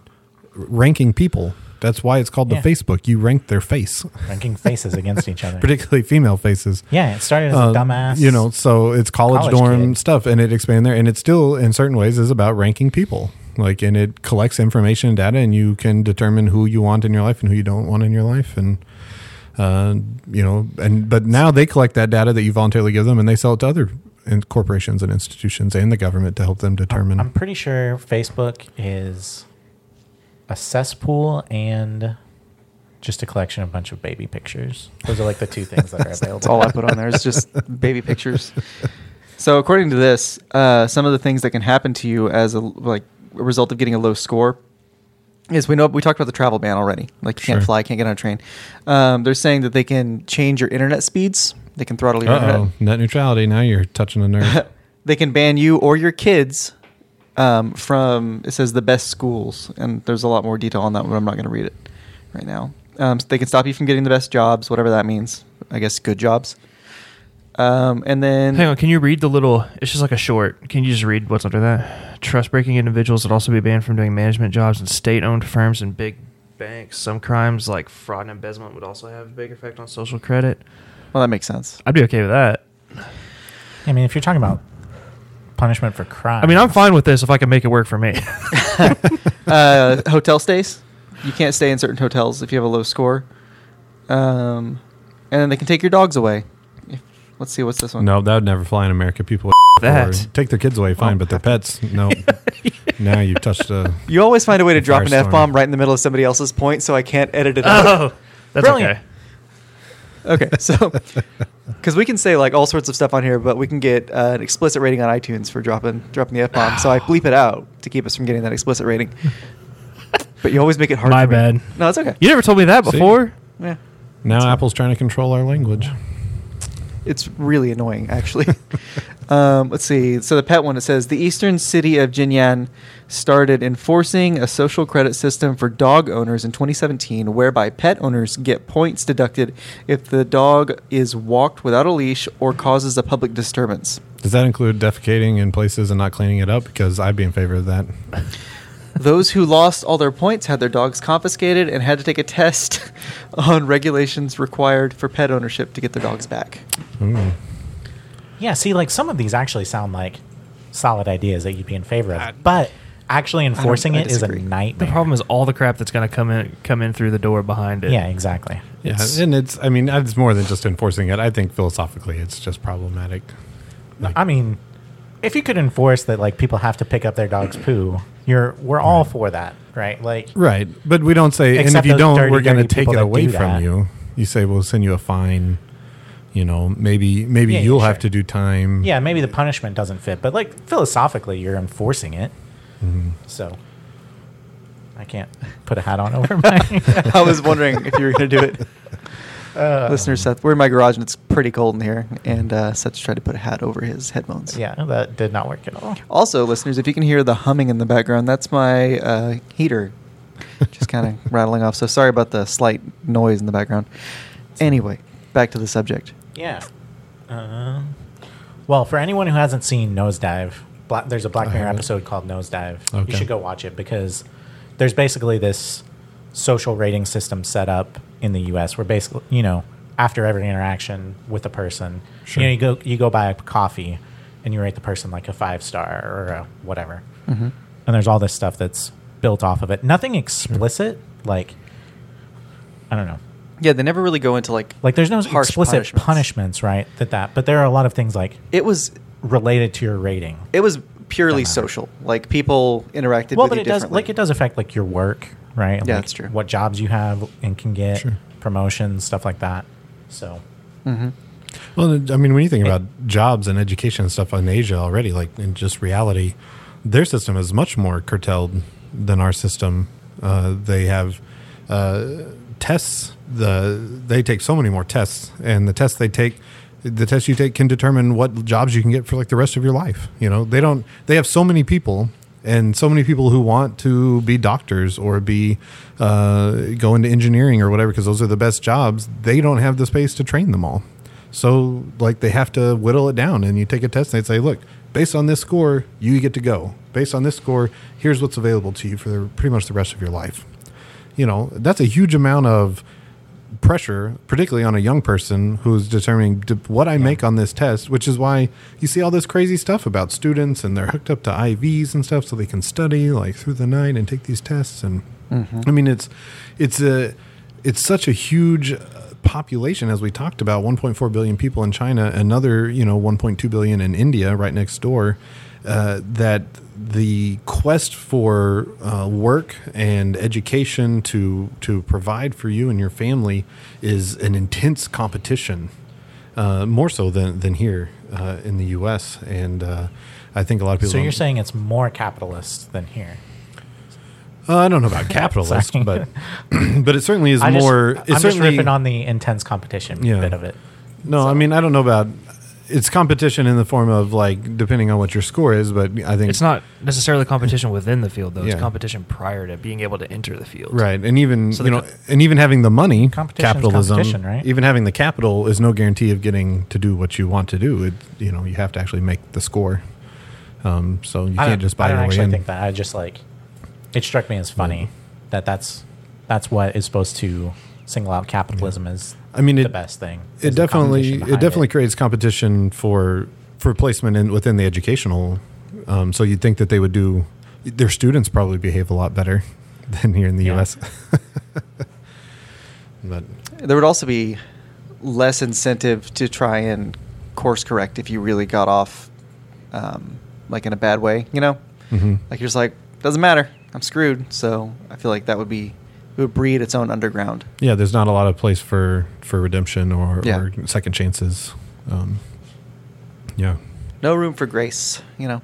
S1: ranking people. That's why it's called
S4: Yeah.
S1: the Facebook. You rank their face, *laughs*
S4: Ranking faces against each other.
S1: particularly female faces.
S4: Yeah, it started as
S1: Uh,
S4: a dumbass.
S1: you know, so it's college,
S4: college
S1: dorm
S4: kid.
S1: stuff, and it expanded there, and it still, in certain ways, is about ranking people. Like, and it collects information and data, and you can determine who you want in your life and who you don't want in your life, and uh, you know, and but now they collect that data that you voluntarily give them, and they sell it to other in- corporations and institutions and the government to help them determine.
S4: I'm pretty sure Facebook is a cesspool and just a collection of a bunch of baby pictures. Those are like the two things
S2: *laughs*
S4: that are
S2: That's
S4: available.
S2: all I put on there
S1: *laughs*
S2: is just baby pictures. So according to this, uh, some of the things that can happen to you as a like a result of getting a low score is we know we talked about the travel ban already. Like you can't
S1: Sure.
S2: fly, can't get on a train. Um, they're saying that they can change your internet speeds. They can throttle your
S1: oh,
S2: internet.
S1: net neutrality. Now you're touching a nerve.
S2: They can ban you or your kids um, from it says the best schools, and there's a lot more detail on that, but I'm not going to read it right now. Um, so they can stop you from getting the best jobs, whatever that means. I guess good jobs. Um, and then
S3: Hang on, can you read the little? It's just like a short. Can you just read what's under that? Trust breaking individuals would also be banned from doing management jobs in state owned firms and big banks. Some crimes like fraud and embezzlement would also have a big effect on social credit.
S2: Well, that makes sense.
S3: I'd be okay with that.
S4: I mean, if you're talking about punishment for crime,
S3: I mean, I'm fine with this if I can make it work for me. *laughs*
S2: Uh, *laughs* hotel stays. You can't stay in certain hotels if you have a low score. Um, and then they can take your dogs away. If- Let's see, what's this one?
S1: no, that would never fly in America. People
S3: That. *laughs*
S1: or take their kids away, fine, but their pets, no. now you've touched a.
S2: You always find a way to drop an
S1: Firestorm.
S2: F bomb right in the middle of somebody else's
S3: *laughs*
S2: point so I can't edit it out.
S3: oh, that's
S4: Brilliant.
S3: okay.
S2: Okay, *laughs* so Because we can say like all sorts of stuff on here, but we can get uh, an explicit rating on iTunes for dropping dropping the f bomb. so I bleep it out to keep us from getting that
S6: *laughs*
S2: explicit rating. but you always make it hard.
S6: My
S2: for me.
S6: bad.
S2: No, it's okay.
S3: You never told me that
S1: See?
S3: before.
S2: Yeah.
S1: Now Apple's trying to control our language.
S2: It's really annoying, actually. *laughs* um, let's see. So the pet one it says the eastern city of Jinyan started enforcing a social credit system for dog owners in 2017, whereby pet owners get points deducted if the dog is walked without a leash or causes a public disturbance.
S1: Does that include defecating in places and not cleaning it up? Because I'd be in favor of that.
S2: Those who lost all their points had their dogs confiscated and had to take a test *laughs* on regulations required for pet ownership to get their dogs back. *laughs*
S1: Ooh.
S4: Yeah, see, like some of these actually sound like solid ideas that you'd be in favor of, but actually enforcing
S2: I
S4: it is a
S2: disagree.
S3: The
S4: nightmare.
S3: problem is all the crap that's going to come in come in through the door behind it.
S4: yeah, exactly.
S1: Yeah, and it's I mean it's more than just enforcing it. I think philosophically it's just problematic.
S4: I mean, if you could enforce that, like people have to pick up their dog's poo, you're we're all for that, right? Like,
S1: Right, but we don't say. and if
S4: Except
S1: you
S4: those
S1: don't,
S4: dirty,
S1: we're going
S4: dirty
S1: to take
S4: people
S1: it
S4: that
S1: away
S4: do
S1: from
S4: that.
S1: you. You say we'll send you a fine. You know, maybe maybe
S4: Yeah, yeah,
S1: you'll have
S4: sure.
S1: to do time. *laughs*
S4: yeah, maybe the punishment doesn't fit, but like philosophically, you're enforcing it. So I can't put a hat on over *laughs* my.
S2: I was wondering if you were going to do it.
S4: Uh.
S2: Listener Seth, we're in my garage and it's pretty cold in here, and uh, Seth tried to put a hat over his headphones.
S4: yeah, that did not work at all.
S2: Also, listeners, if you can hear the humming in the background, that's my uh, heater just
S4: *laughs*
S2: kind of rattling off. So sorry about the slight noise in the background. Anyway, back to the subject.
S4: Yeah. Um, well, for anyone who hasn't seen Nosedive, Bla- there's a Black
S1: I
S4: Mirror
S1: haven't.
S4: episode called Nosedive.
S1: Okay.
S4: You should go watch it because there's basically this social rating system set up in the U.S. where basically, you know, after every interaction with a person,
S1: Sure.
S4: you know, you go you go buy a coffee and you rate the person like a five star or a whatever.
S1: Mm-hmm.
S4: And there's all this stuff that's built off of it. Nothing explicit, like I don't know
S2: Yeah, they never really go into like
S4: like there's no
S2: Harsh
S4: explicit
S2: punishments.
S4: punishments. right that that but there are a lot of things like
S2: it was
S4: related to your rating
S2: it was purely
S4: Don't matter.
S2: social. Like people interacted
S4: well
S2: with
S4: but
S2: you
S4: it does
S2: differently.
S4: like it does affect like your work right
S2: Yeah,
S4: Like,
S2: that's true.
S4: what jobs you have and can get
S1: Sure.
S4: promotions stuff like that so
S1: Well, I mean, when you think about jobs and education and stuff in Asia already, like in just reality, their system is much more curtailed than our system. Uh, they have uh, tests. The they take so many more tests, and the tests they take, the tests you take can determine what jobs you can get for like the rest of your life. You know, they don't. They have so many people. And so many people who want to be doctors or be uh, go into engineering or whatever, because those are the best jobs. They don't have the space to train them all. So like they have to whittle it down, and you take a test, and they say, "Look, based on this score, you get to go. Based on this score, here's what's available to you for the, pretty much the rest of your life." You know, that's a huge amount of pressure, particularly on a young person who's determining d- what I make on this test, which is why you see all this crazy stuff about students and they're hooked up to IVs and stuff so they can study like through the night and take these tests. And I mean, it's it's a it's such a huge uh, population as we talked about 1.4 billion people in China, another you know 1.2 billion in India, right next door. Uh, that the quest for uh, work and education to to provide for you and your family is an intense competition, uh, more so than than here uh, in the U.S. And uh, I think a lot of people.
S4: so you're
S1: don't-
S4: saying it's more capitalist than here
S1: uh, I don't know
S4: *laughs*
S1: about capitalist,
S4: Sorry.
S1: but *clears throat* but it certainly is
S4: I just-
S1: more. it's
S4: i'm just
S1: certainly
S4: riffing on the intense competition
S1: Yeah.
S4: bit of it
S1: No, I mean I don't know about. It's competition in the form of like depending on what your score is, but I think
S3: It's not necessarily competition within the field, though. It's
S1: Yeah.
S3: competition prior to being able to enter the field.
S1: Right, and even
S3: So
S1: you
S3: the
S1: know,
S3: co-
S1: and even having the money,
S4: Competition's
S1: capitalism,
S4: competition, right?
S1: even having the capital is no guarantee of getting to do what you want to do. It, you know, you have to actually make the score. Um, so you
S4: I
S1: can't
S4: don't,
S1: just
S4: I
S1: buy
S4: don't
S1: your way
S4: actually
S1: in.
S4: think that. I just like it struck me as funny that that's that's what is supposed to single out capitalism as
S1: I mean,
S4: the
S1: it-
S4: best thing.
S1: it
S4: is the
S1: definitely,
S4: competition
S1: it
S4: behind
S1: definitely creates competition for for placement in within the educational. Um, so you'd think that they would do their students probably behave a lot better *laughs* than here in the
S4: Yeah.
S1: U.S. *laughs* but
S2: there would also be less incentive to try and course correct if you really got off um, like in a bad way you know
S4: Hmm.
S1: mhm.
S2: like you're just like doesn't matter i'm screwed so i feel like that would be it would breed its own underground.
S1: Yeah, there's not a lot of place for for redemption or,
S2: Yeah.
S1: or second chances. Um, yeah,
S2: No room for grace, you know.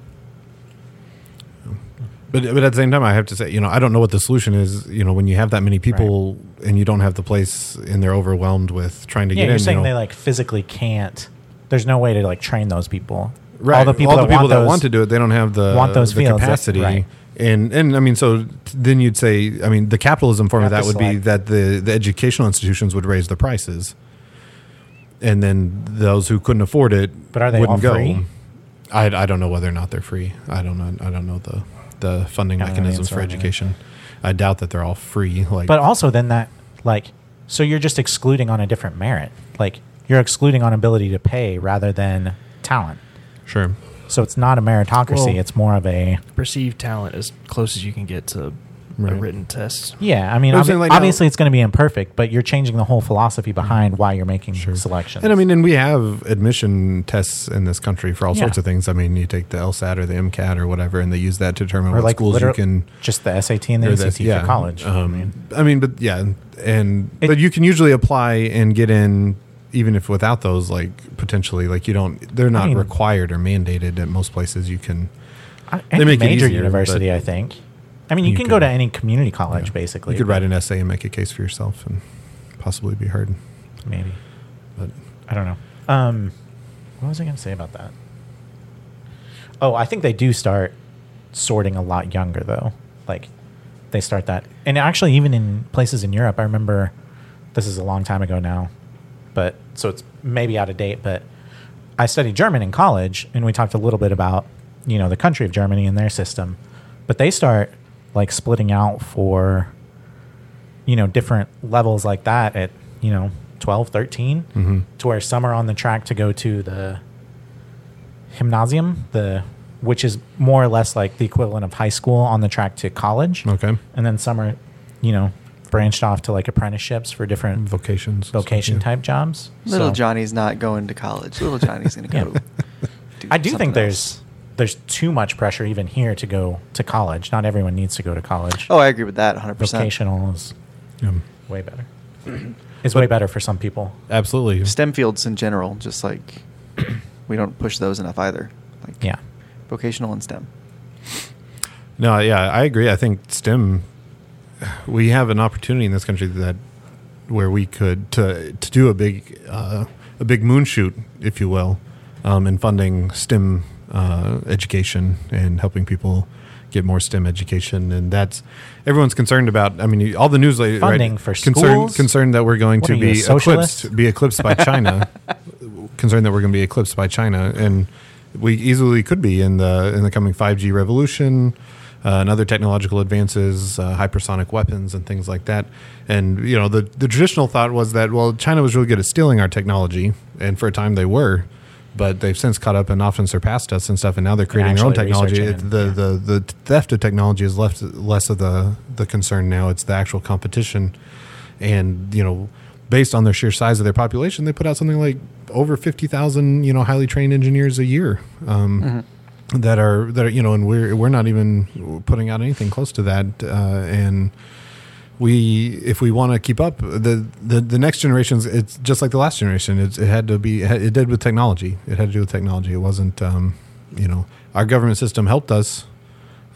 S1: but but at the same time, I have to say, you know, I don't know what the solution is. You know, when you have that many people and you don't have the place, and they're overwhelmed with trying to
S4: Yeah,
S1: get
S4: you're
S1: in.
S4: saying
S1: you know,
S4: they like physically can't. There's no way to like train those people.
S1: right?
S4: All the people, that, want those,
S1: to do it, they don't have the
S4: want those
S1: the
S4: fields, that-
S1: capacity.
S4: right.
S1: And and I mean, so t- then you'd say, I mean, the capitalism form
S4: You
S1: of
S4: have
S1: that
S4: to
S1: would be that
S4: select.
S1: the the educational institutions would raise the prices, and then those who couldn't afford it,
S4: But are they all
S1: wouldn't go.
S4: free?
S1: I I don't know whether or not they're free. I don't know. I don't know the the funding
S4: I don't know the
S1: mechanisms
S4: answer
S1: for
S4: on that.
S1: education. I doubt that they're all free. Like,
S4: But also then that like so you're just excluding on a different merit. Like you're excluding on ability to pay rather than talent.
S1: sure.
S4: So it's not a meritocracy.
S3: Well-
S4: it's more of a
S3: Perceived talent as close as you can get to a
S1: Right.
S3: written test.
S4: yeah. I mean,
S1: But I'm
S4: obvi-
S1: saying, like, now-
S4: obviously it's going to be imperfect, but you're changing the whole philosophy behind why you're making selections.
S1: And I mean, and we have admission tests in this country for all
S4: Yeah.
S1: sorts of things. I mean, you take the LSAT or the MCAT or whatever, and they use that to determine
S4: or
S1: what
S4: like
S1: schools you
S4: literal-
S1: can.
S4: just the SAT and the
S1: or
S4: ACT
S1: the-
S4: for college.
S1: Um,
S4: I mean,
S1: but yeah, and
S4: It-
S1: but you can usually apply and get in even if without those. Like potentially, like you don't. They're not
S4: mean-
S1: required or mandated at most places. You can.
S4: I- any
S1: make it
S4: major
S1: easier,
S4: university,
S1: but-
S4: I think. I mean, you,
S1: You
S4: can go
S1: could-
S4: to any community college basically.
S1: You could
S4: but
S1: write an essay and make a case for yourself and possibly be heard.
S4: maybe.
S1: But
S4: I don't know. Um, what was I going to say about that? Oh, I think they do start sorting a lot younger though. Like they start that, and actually, even in places in Europe, I remember this is a long time ago now, but so it's maybe out of date. But I studied German in college, and we talked a little bit about you know the country of Germany and their system, but they start like splitting out for you know different levels like that at you know 12 13 to where some are on the track to go to the gymnasium the which is more or less like the equivalent of high school on the track to college
S1: okay,
S4: and then some are you know branched off to like apprenticeships for different
S1: vocations,
S4: vocation
S1: Yeah.
S4: type jobs
S2: Little
S4: So-
S2: Johnny's not going to college. Little Johnny's going to go.
S4: *laughs* Yeah.
S2: do
S4: I do
S2: something
S4: think there's there's too much pressure even here to go to college not everyone needs to go to college
S2: else. Oh, I agree with that 100%.
S4: vocational is
S1: Yeah.
S4: way better *clears throat* is way better for some people
S1: Absolutely.
S2: STEM fields in general, just like we don't push those enough either. Like
S4: yeah
S2: vocational and STEM.
S1: No, yeah, I agree. I think STEM. We have an opportunity in this country that where we could to to do a big uh, a big moonshoot, if you will, um, in funding STEM uh, education and helping people get more STEM education, and that's everyone's concerned about. I mean, you- all the news lately,
S4: Funding
S1: right,
S4: for
S1: concerned
S4: schools?
S1: concerned that we're going
S4: What
S1: to
S4: are you, a
S1: be
S4: socialist?
S1: eclipsed be eclipsed
S4: *laughs*
S1: by China. concerned that we're going to be eclipsed by China, and we easily could be in the in the coming five G revolution. Uh, and other technological advances, uh, hypersonic weapons, and things like that. And you know, the the traditional thought was that well, China was really good at stealing our technology, and for a time they were, but they've since caught up and often surpassed us and stuff. And now they're creating their own
S4: actually
S1: technology.
S4: researching
S1: It-
S4: and-
S1: the
S4: yeah.
S1: the the theft of technology is left less of the the concern now. It's the actual competition, and you know, based on their sheer size of their population, they put out something like over fifty thousand you know highly trained engineers a year. Um, That are that are, you know, and we're we're not even putting out anything close to that, uh, and we if we want to keep up the, the the next generations it's just like the last generation it's, it had to be it had- it did with technology it had to do with technology it wasn't um, you know our government system helped us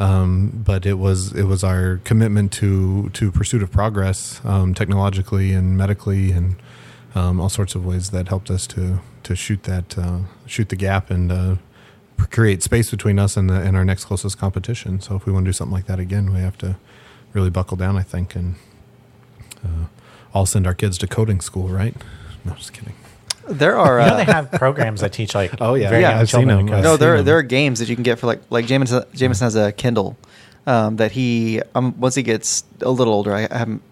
S1: um, but it was it was our commitment to to pursuit of progress um, technologically and medically and um, all sorts of ways that helped us to to shoot that uh, shoot the gap and uh, create space between us and the, and our next closest competition. So if we want to do something like that again, we have to really buckle down, I think, and uh, all send our kids to coding school, right? No, just kidding.
S2: There are.
S4: *laughs* you know
S2: uh,
S4: they
S2: *laughs*
S4: have programs that teach like
S1: Oh, yeah.
S4: very
S1: Yeah,
S4: young
S1: I've seen
S4: children
S1: them.
S4: to code.
S1: I've
S2: No,
S1: seen
S2: there are,
S1: them.
S2: there are games that you can get for like like Jameson Jameson has a Kindle um, that he um, once he gets a little older. I, I haven't.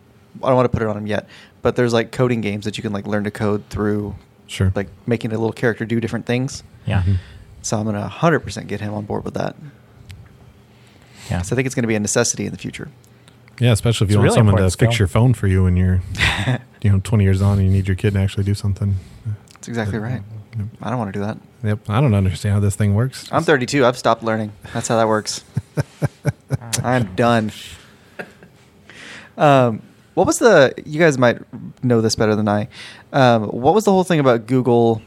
S2: I don't want to put it on him yet, but there's like coding games that you can like learn to code through,
S1: Sure.
S2: like making a little character do different things.
S4: yeah
S1: Mhm.
S2: So I'm gonna 100% get him on board with that.
S4: yeah
S2: So I think it's gonna be a necessity in the
S4: *laughs*
S2: future.
S1: Yeah, especially if
S4: It's
S1: you
S4: a
S1: want
S4: really
S1: someone to
S4: important
S1: fix
S4: skill.
S1: your phone for you when
S4: *laughs*
S1: you're, you know, 20 years on and you need your kid to actually do something.
S2: That's exactly right.
S1: Yep.
S2: I don't want to do that.
S1: Yep. I don't understand how this thing works.
S2: I'm 32. I've stopped learning. That's how that works. I'm done. Um, What was the? You guys might know this better than I. Um, what was the whole thing about Google?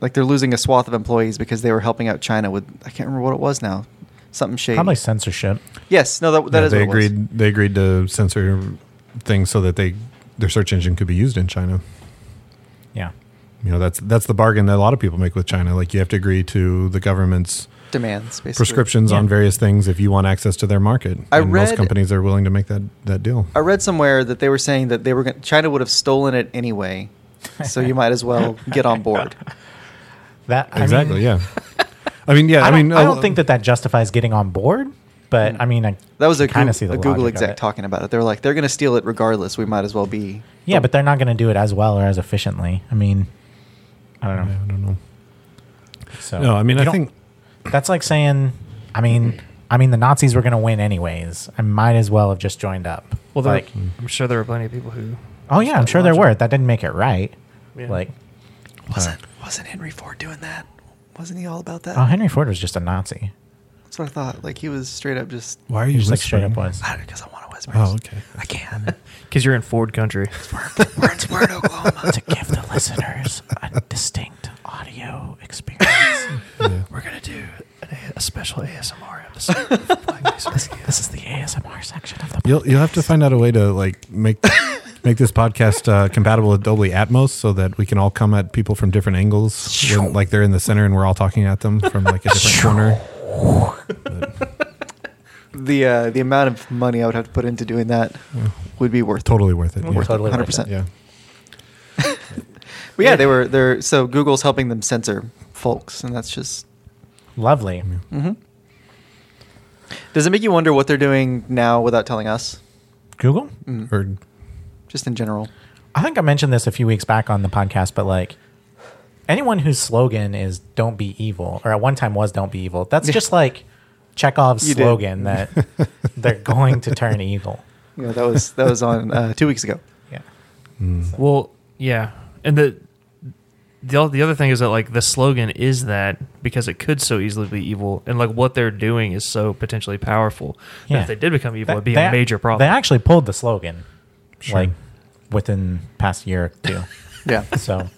S2: Like they're losing a swath of employees because they were helping out China with I can't remember what it was now. Something shady.
S4: Probably censorship.
S2: Yes. No. That that
S1: Yeah,
S2: is
S1: they
S2: what it was.
S1: agreed. They agreed to censor things so that they their search engine could be used in China.
S4: Yeah.
S1: You know, that's that's the bargain that a lot of people make with China. Like you have to agree to the government's
S2: Demands basically.
S1: prescriptions on
S4: Yeah.
S1: various things if you want access to their market.
S2: I
S1: and
S2: read-
S1: most companies are willing to make that that deal.
S2: I read somewhere that they were saying that they were going China would have stolen it anyway, so you might as well get
S1: *laughs*
S2: on board.
S4: That I
S1: exactly.
S4: mean,
S1: yeah. I mean, yeah. I,
S4: I, don't,
S1: mean,
S2: uh,
S1: uh,
S4: I
S1: a-
S4: don't think that that justifies getting on board, but I mean, I
S2: That was a,
S4: kind
S2: Goo-
S4: of see the
S2: a Google
S4: logic of
S2: exec
S4: it.
S2: talking about it. They were like, they're going to steal it regardless. We might as well be.
S4: Yeah, but they're not going to do it as well or as efficiently. I mean, I don't know.
S1: I don't know.
S4: So
S1: No, I mean,
S4: you
S1: I
S4: don't-
S1: think
S4: that's like saying, I mean, I mean, the Nazis were going to win anyways. I might as well have just joined up.
S3: Well, there,
S4: like,
S1: Mm.
S3: I'm sure there were plenty of people who.
S4: oh yeah, I'm sure there
S3: logic.
S4: were. That didn't make it right.
S3: Yeah.
S4: Like,
S2: Wasn't wasn't Henry Ford doing that? Wasn't he all about that?
S4: oh, Henry Ford was just a Nazi.
S2: That's what I thought. Like he was straight up just
S1: why are you
S4: He just like straight up
S1: whispering?
S4: was.
S2: because I want to
S4: Uh,
S2: whisper.
S1: Oh, okay.
S2: I can't.
S3: Because you're in Ford country.
S2: we're, in, we're in Oklahoma.
S4: to give the listeners a distinct audio experience.
S3: We're going to do a, a special ASMR *laughs* episode.
S4: this is the ASMR section of the
S1: You'll you'll have to find out a way to like make *laughs* make this podcast uh, compatible with Dolby Atmos so that we can all come at people from different angles, when, like they're in the center and we're all talking at them from like a different corner.
S2: the uh, the amount of money I would have to put into doing that
S4: Mm-hmm.
S2: would be worth
S1: Totally worth *laughs* it.
S4: We're
S1: yeah.
S4: totally
S2: Hundred
S4: worth
S2: percent.
S4: it.
S1: Yeah.
S2: But yeah, they were they're so Google's helping them censor folks, and that's just.
S4: Lovely.
S2: Does it make you wonder what they're doing now without telling us?
S4: Google?
S1: Or
S2: Just in general.
S4: I think I mentioned this a few weeks back on the podcast, but like anyone whose slogan is don't be evil, or at one time was don't be evil, that's
S2: Yeah.
S4: just like Chekhov's
S2: You did.
S4: slogan
S2: *laughs*
S4: that they're going to turn evil.
S2: You know, that was that was on uh, two weeks ago.
S4: Yeah.
S3: well, yeah. And the. The, oth- the other thing is that like the slogan is that because it could so easily be evil and like what they're doing is so potentially powerful that
S4: Yeah.
S3: if they did become evil it'd be
S4: They-
S3: a major problem
S4: They actually pulled the slogan
S1: Sure.
S4: like within past year or two.
S2: Yeah.
S4: so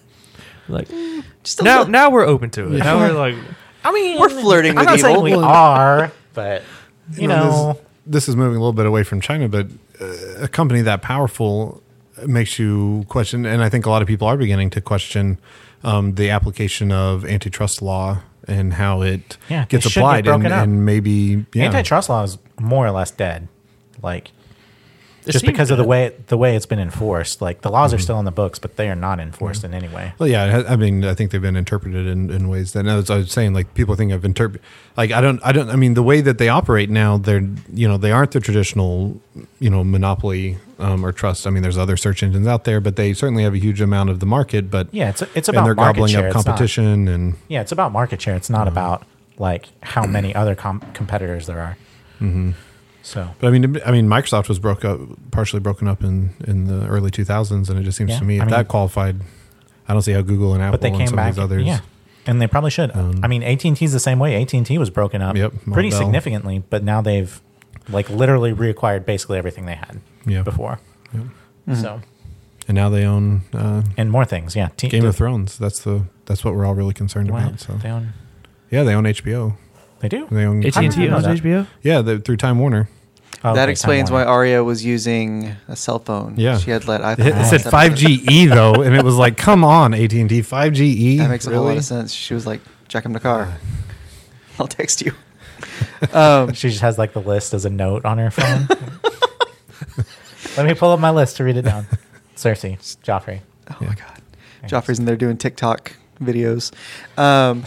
S3: like
S2: Just a
S3: now
S2: little-
S3: now we're open to it now we're like
S4: I mean
S2: We're flirting with
S4: I'm not saying
S2: evil.
S4: we are, but you know
S1: this, this is moving a little bit away from China, but uh, a company that powerful uh, makes you question, and I think a lot of people are beginning to question um, the application of antitrust law and how it
S4: Yeah,
S1: gets
S4: it should get
S1: applied, and,
S4: broken up.
S1: and maybe yeah.
S4: antitrust law is more or less dead. Like
S3: it
S4: just
S3: seems
S4: because of the
S3: good.
S4: way the way it's been enforced. Like the laws are still in the books, but they are not enforced in any way.
S1: Well, yeah, it has- I mean, I think they've been interpreted in, in ways that, as I was saying, like people think of interpret, like I don't, I don't, I mean, the way that they operate now, they're, you know, they aren't the traditional, you know, monopoly um, or trust. I mean, there's other search engines out there, but they certainly have a huge amount of the market. But
S4: Yeah, it's it's
S1: and
S4: about
S1: they're
S4: market
S1: gobbling
S4: share.
S1: up
S4: it's not-
S1: competition, and
S4: yeah, it's about market share. It's not about like how *clears throat* many other com- competitors there are. Mm-hmm. So
S1: but I mean, I mean, Microsoft was broke up, partially broken up in in the early 2000s, and it just seems
S4: Yeah,
S1: to me
S4: I
S1: if
S4: mean-
S1: that qualified, I don't see how Google and Apple
S4: but they
S1: and
S4: came
S1: some of
S4: back.
S1: these others.
S4: Yeah, and they probably should. I mean, AT and T's the same way. AT and T was broken up
S1: Yep,
S4: pretty
S1: Mobile.
S4: significantly, but now they've like literally reacquired basically everything they had
S1: Yeah.
S4: before.
S3: Mm-hmm.
S4: So
S1: and now they own uh,
S4: and more things. Yeah, T-
S1: Game of Thrones. That's the that's what we're all really concerned
S4: Wow,
S1: about. So
S4: they own.
S1: yeah, they own HBO.
S4: They do.
S1: They own
S4: I didn't
S3: AT&T
S4: know
S3: owns
S4: that.
S3: HBO
S1: Yeah, the, through Time Warner.
S4: Oh,
S2: that
S4: okay,
S2: explains
S4: Time Warner.
S2: why Arya was using a cell phone.
S1: Yeah.
S2: She had let iPhone.
S1: It,
S2: apps
S1: said
S2: up.
S1: 5GE though, and it was like, come on, AT and T, E? 5GE.
S2: That makes a whole lot of sense. She was like, Jack him the
S1: Uh.
S2: car. I'll text you. Um,
S4: She just has like the list as a note on
S2: *laughs*
S4: her phone. *laughs* Let me pull up my list to read
S2: *laughs*
S4: it down. Cersei, Joffrey.
S2: oh my God. Joffrey's in there doing TikTok videos. Um,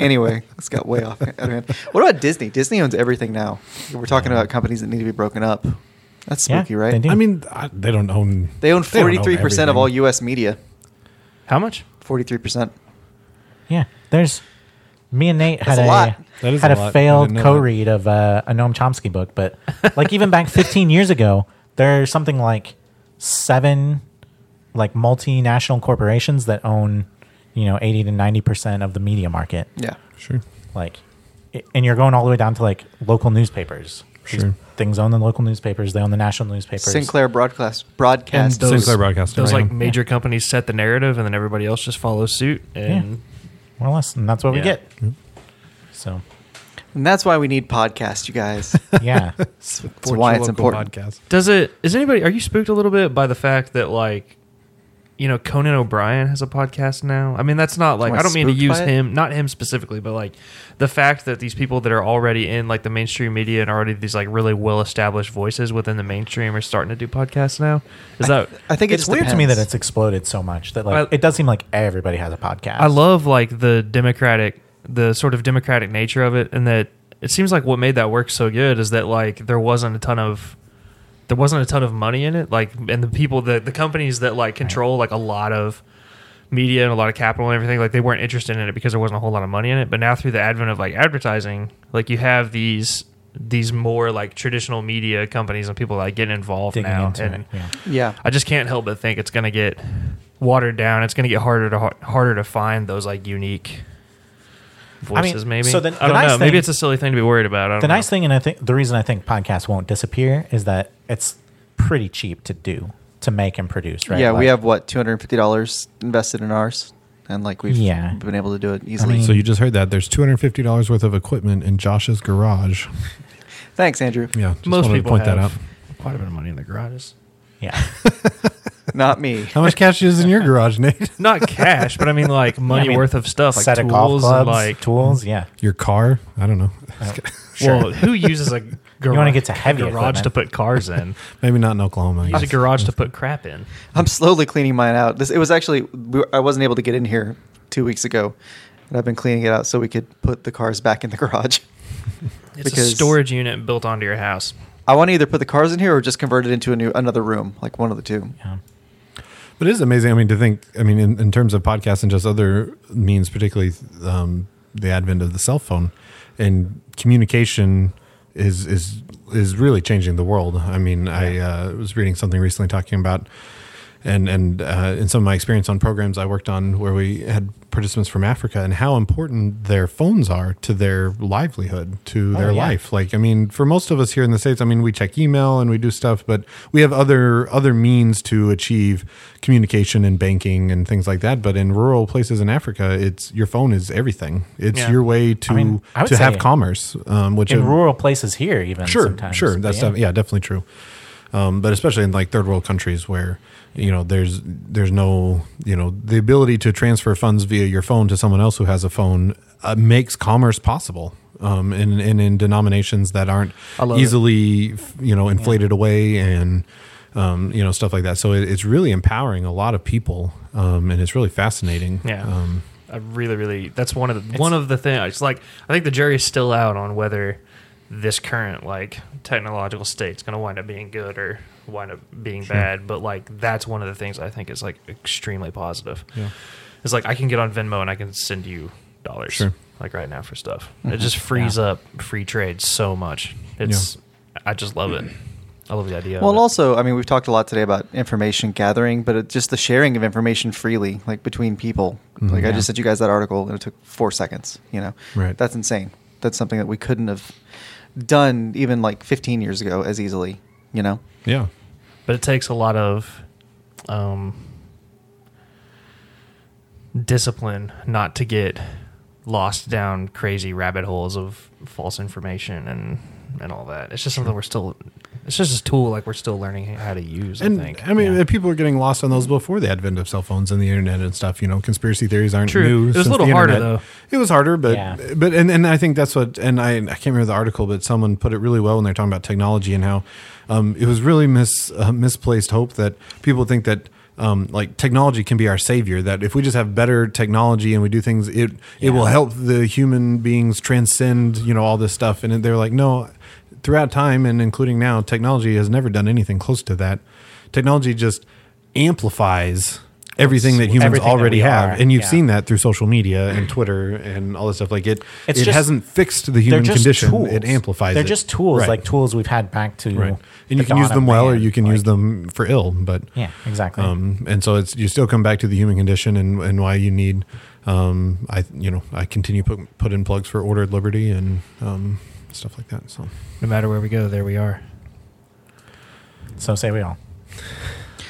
S2: anyway, this got way off. *laughs* out of hand. What about Disney? Disney owns everything now. We're talking about companies that need to be broken up. That's
S4: Yeah,
S2: spooky, right?
S4: they
S2: They,
S4: do.
S1: I mean, I, they don't own.
S2: own
S1: don't own
S2: 43% of
S1: everything.
S2: all U.S. media.
S3: how much
S2: 43%.
S4: Yeah, there's me and Nate had
S2: That's a lot.
S4: a,
S1: That is
S4: had
S1: a
S4: a,
S1: lot. I
S4: failed
S1: didn't know that.
S4: co-read of uh, a Noam Chomsky book, but like even
S2: *laughs*
S4: back 15 years ago, there's something like seven like multinational corporations that own you know 80 to 90 percent of the media market.
S2: Yeah.
S1: Sure.
S4: Like, i- and you're going all the way down to like local newspapers.
S1: Sure.
S4: Things own the local newspapers. They own the national newspapers.
S2: Sinclair Broadcast Broadcast.
S1: those- Sinclair Broadcasting,
S3: Those
S1: right.
S3: like major companies set the narrative, and then everybody else just follows suit. And
S4: More or less, and that's what we
S3: Yeah.
S4: get. So,
S2: and that's why we need podcasts, you
S4: *laughs*
S2: guys. *laughs*
S4: yeah,
S2: That's
S1: Support
S2: why
S1: your
S2: it's
S1: local
S2: important.
S1: Podcast.
S3: does it? Is anybody? Are you spooked a little bit by the fact that like, you know, Conan O'Brien has a podcast now? I mean, that's not like
S2: Am I
S3: I don't mean to
S2: spooked by
S3: use
S2: it?
S3: him, not him specifically, but like the fact that these people that are already in like the mainstream media and already these like really well established voices within the mainstream are starting to do podcasts now. Is that
S2: I think it
S4: it's
S2: just
S4: weird to me that
S2: depends.
S4: it's exploded so much that like
S3: I-
S4: it does seem like everybody has a podcast.
S3: I love like the democratic, the sort of democratic nature of it, and that it seems like what made that work so good is that like there wasn't a ton of there wasn't a ton of money in it, like and the people that the companies that like control like a lot of media and a lot of capital and everything like they weren't interested in it because there wasn't a whole lot of money in it but now through the advent of like advertising like you have these these more like traditional media companies and people like getting involved
S4: digging
S3: now
S4: into
S3: and
S4: it. Yeah.
S2: yeah.
S3: I just can't help but think it's going to get watered down. It's going to get harder to harder to find those like unique
S4: I mean,
S3: voices. maybe.
S4: so the-
S3: I
S4: the
S3: don't
S4: nice
S3: know. maybe
S4: thing-
S3: it's a silly thing to be worried about. I don't
S4: The
S3: know.
S4: nice thing, and I think the reason I think podcasts won't disappear is that it's pretty cheap to do, to make and produce. Right?
S2: Yeah, we
S4: Like,
S2: have what two hundred and fifty dollars invested in ours, and like we've
S4: Yeah.
S2: been able to do it easily.
S4: mean-
S1: So you just heard that there's $250 worth of equipment in Josh's garage.
S2: Thanks, Andrew.
S1: Yeah, just
S3: Most
S1: wanted
S3: people
S1: to point
S3: have
S1: that out.
S3: quite a bit of money in the garages.
S4: yeah.
S2: Not
S4: *laughs*
S2: me.
S1: How much cash is in your garage, Nate? *laughs*
S3: Not cash, but I mean like money
S4: *laughs* I mean,
S3: worth of stuff, *laughs* like
S4: set of
S3: tools and
S4: golf clubs,
S3: like.
S4: tools. Yeah,
S1: Your car? I don't know. *laughs*
S3: Well, who uses
S4: *laughs*
S3: a garage?
S4: wanna get to heavy
S3: garage
S4: equipment.
S3: to put cars
S4: *laughs*
S3: in?
S1: Maybe not in Oklahoma. I
S3: Use a
S1: guess.
S3: garage to put crap in.
S2: I'm slowly cleaning mine out. This it was actually we- I wasn't able to get in here two weeks ago, and I've been cleaning it out so we could put the cars back in the *laughs* garage.
S3: It's
S2: Because-
S3: a storage unit built onto your house.
S2: I want to either put the cars in here or just convert it into a new another room, like one of the two.
S4: yeah.
S1: But it is amazing. I mean, to think, I mean, in, in terms of podcasts and just other means, particularly um, the advent of the cell phone and communication is is is really changing the world. I mean, I uh, was reading something recently talking about and and uh, in some of my experience on programs I worked on where we had participants from Africa and how important their phones are to their livelihood, to their
S4: yeah.
S1: life. Like I mean, for most of us here in the states, I mean, we check email and we do stuff, but we have other other means to achieve communication and banking and things like that. But in rural places in Africa, it's your phone is everything. It's
S3: Yeah.
S1: your way to
S4: mean, I would
S1: to have
S4: say
S1: commerce, um, which
S4: in
S1: it-
S4: rural places here, even
S1: sure,
S4: sometimes.
S1: sure,
S4: But
S1: that's
S4: yeah.
S1: def- yeah, definitely true. Um, but especially in like third world countries where you know there's there's no you know the ability to transfer funds via your phone to someone else who has a phone uh, makes commerce possible. Um, and, and in denominations that aren't
S3: love it.
S1: easily f- you know inflated away and um, you know stuff like that. So it, it's really empowering a lot of people, um, and it's really fascinating.
S3: Yeah.
S1: Um,
S3: I really, really. That's one of the one of the things. It's like I think the jury's still out on whether this current like technological state's going to wind up being good or wind up being bad. But like that's one of the things I think is like extremely positive.
S1: Yeah.
S3: It's like I can get on Venmo and I can send you dollars
S1: Sure.
S3: like right now for stuff. It just frees up free trade so much. It's I just love it. I love the idea.
S2: Well,
S3: of
S2: and
S3: it.
S2: also, I mean, we've talked a lot today about information gathering, but it, just the sharing of information freely, like between people. Like I
S4: Yeah.
S2: just sent you guys that article, and it took four seconds. You know,
S1: Right.
S2: That's insane. That's something that we couldn't have done even like 15 years ago as easily. You know,
S1: yeah.
S3: but it takes a lot of um, discipline not to get lost down crazy rabbit holes of false information and and all that. It's just something we're still. It's just a tool like we're still learning how to use.
S1: And
S3: I think.
S1: I mean,
S4: yeah.
S1: uh, people were getting lost on those before the advent of cell phones and the internet and stuff. You know, conspiracy theories aren't
S3: True.
S1: new.
S3: It was a
S1: since
S3: little
S1: the
S3: harder,
S1: internet. It was harder, but
S4: Yeah.
S1: but and, and I think that's what and I I can't remember the article, but someone put it really well when they're talking about technology and how um, it was really mis uh, misplaced hope that people think that. Um, like technology can be our savior. That if we just have better technology and we do things, it it will help the human beings transcend, you know, all this stuff. And they're like, no, throughout time and including now, technology has never done anything close to that. Technology just amplifies everything that humans
S4: Everything that
S1: already
S4: we
S1: have,
S4: are,
S1: and you've
S4: yeah.
S1: seen that through social media
S4: *clears throat*
S1: and Twitter and all this stuff. Like it,
S4: It's
S1: it
S4: just-
S1: hasn't fixed the human condition. It amplifies.
S4: They're
S1: it.
S4: just tools,
S1: Right.
S4: like tools we've had back to.
S1: right. And
S4: the
S1: you can use
S4: dawn of
S1: them well, or
S4: man.
S1: you can
S4: Like,
S1: use them for ill. But
S4: Yeah, exactly.
S1: um, and so it's you still come back to the human condition and, and why you need. Um, I you know I continue put put in plugs for ordered liberty and um, stuff like that. So
S6: No matter where we go, there we are.
S4: So say we all.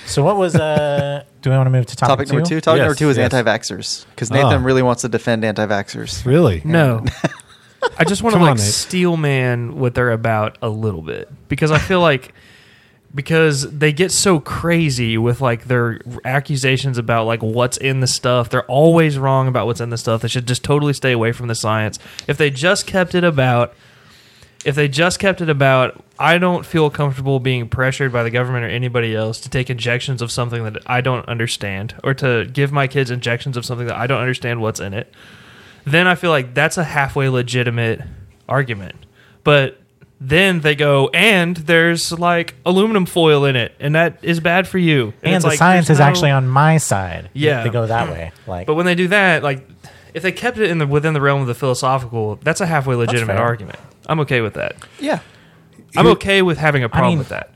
S4: So what
S1: *laughs*
S4: was uh? do we want to move to topic,
S2: Topic number two. Topic
S1: Yes,
S2: number two is
S1: yes.
S2: anti-vaxxers because Nathan
S1: Ah.
S2: really wants to defend anti-vaxxers.
S1: really,
S3: No. *laughs* I just want to
S1: Come
S3: like
S1: on, Nate.
S3: steel man what they're about a little bit because I feel *laughs* like because they get so crazy with like their accusations about like what's in the stuff. They're always wrong about what's in the stuff. They should just totally stay away from the science. If they just kept it about if they just kept it about I don't feel comfortable being pressured by the government or anybody else to take injections of something that I don't understand or to give my kids injections of something that I don't understand what's in it then I feel like that's a halfway legitimate argument. But then they go, and there's like aluminum foil in it, and that is bad for you.
S4: And,
S3: it's
S4: the
S3: like,
S4: science
S3: there's
S4: is
S3: no-
S4: actually on my side.
S3: Yeah.
S4: they go
S1: *laughs*
S4: that way. Like,
S3: But when they do that, like if they kept it in the within the realm of the philosophical, that's a halfway legitimate
S4: fair.
S3: argument. I'm okay with that.
S2: Yeah.
S3: I'm okay with having a problem
S4: mean-
S3: with that.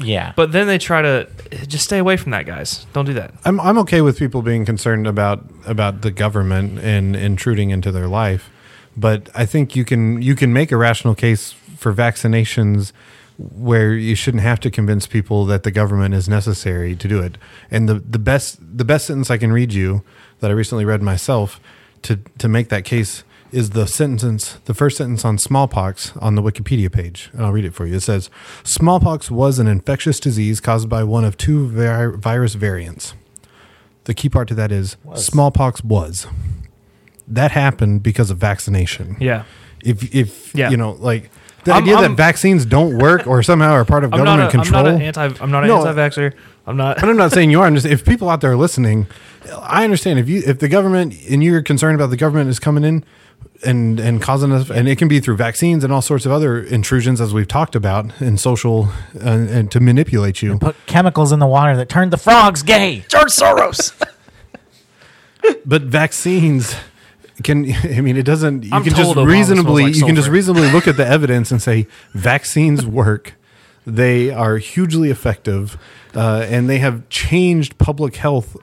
S4: yeah,
S3: But then they try to just stay away from that, guys. Don't do that.
S1: I'm I'm okay with people being concerned about about the government and intruding into their life, but I think you can you can make a rational case for vaccinations where you shouldn't have to convince people that the government is necessary to do it. And the the best the best sentence I can read you that I recently read myself to to make that case is the sentence, the first sentence on smallpox on the Wikipedia page. And I'll read it for you. It says Smallpox was an infectious disease caused by one of two vi- virus variants. The key part to that is smallpox was. That happened because of vaccination.
S3: Yeah.
S1: If, if
S3: Yeah.
S1: you know, like the
S3: I'm-
S1: idea
S3: I'm-
S1: that vaccines don't work or somehow are part of
S3: *laughs* I'm not,
S1: government
S3: a,
S1: control.
S3: I'm not an anti. I'm not an
S1: No.
S3: anti-vaxxer. I'm not.
S1: But I'm not saying you are. I'm just if people out there are listening, I understand if you if the government and you're concerned about the government is coming in and and causing us, and it can be through vaccines and all sorts of other intrusions as we've talked about and social and, and to manipulate you.
S4: put chemicals in the water that turned the frogs gay.
S2: George Soros.
S1: But vaccines can I mean it doesn't you
S3: I'm
S1: can just
S3: told Obama
S1: reasonably
S3: smells like
S1: you can just
S3: sulfur.
S1: reasonably look
S3: *laughs*
S1: at the evidence and say vaccines work. They are hugely effective, uh, and they have changed public health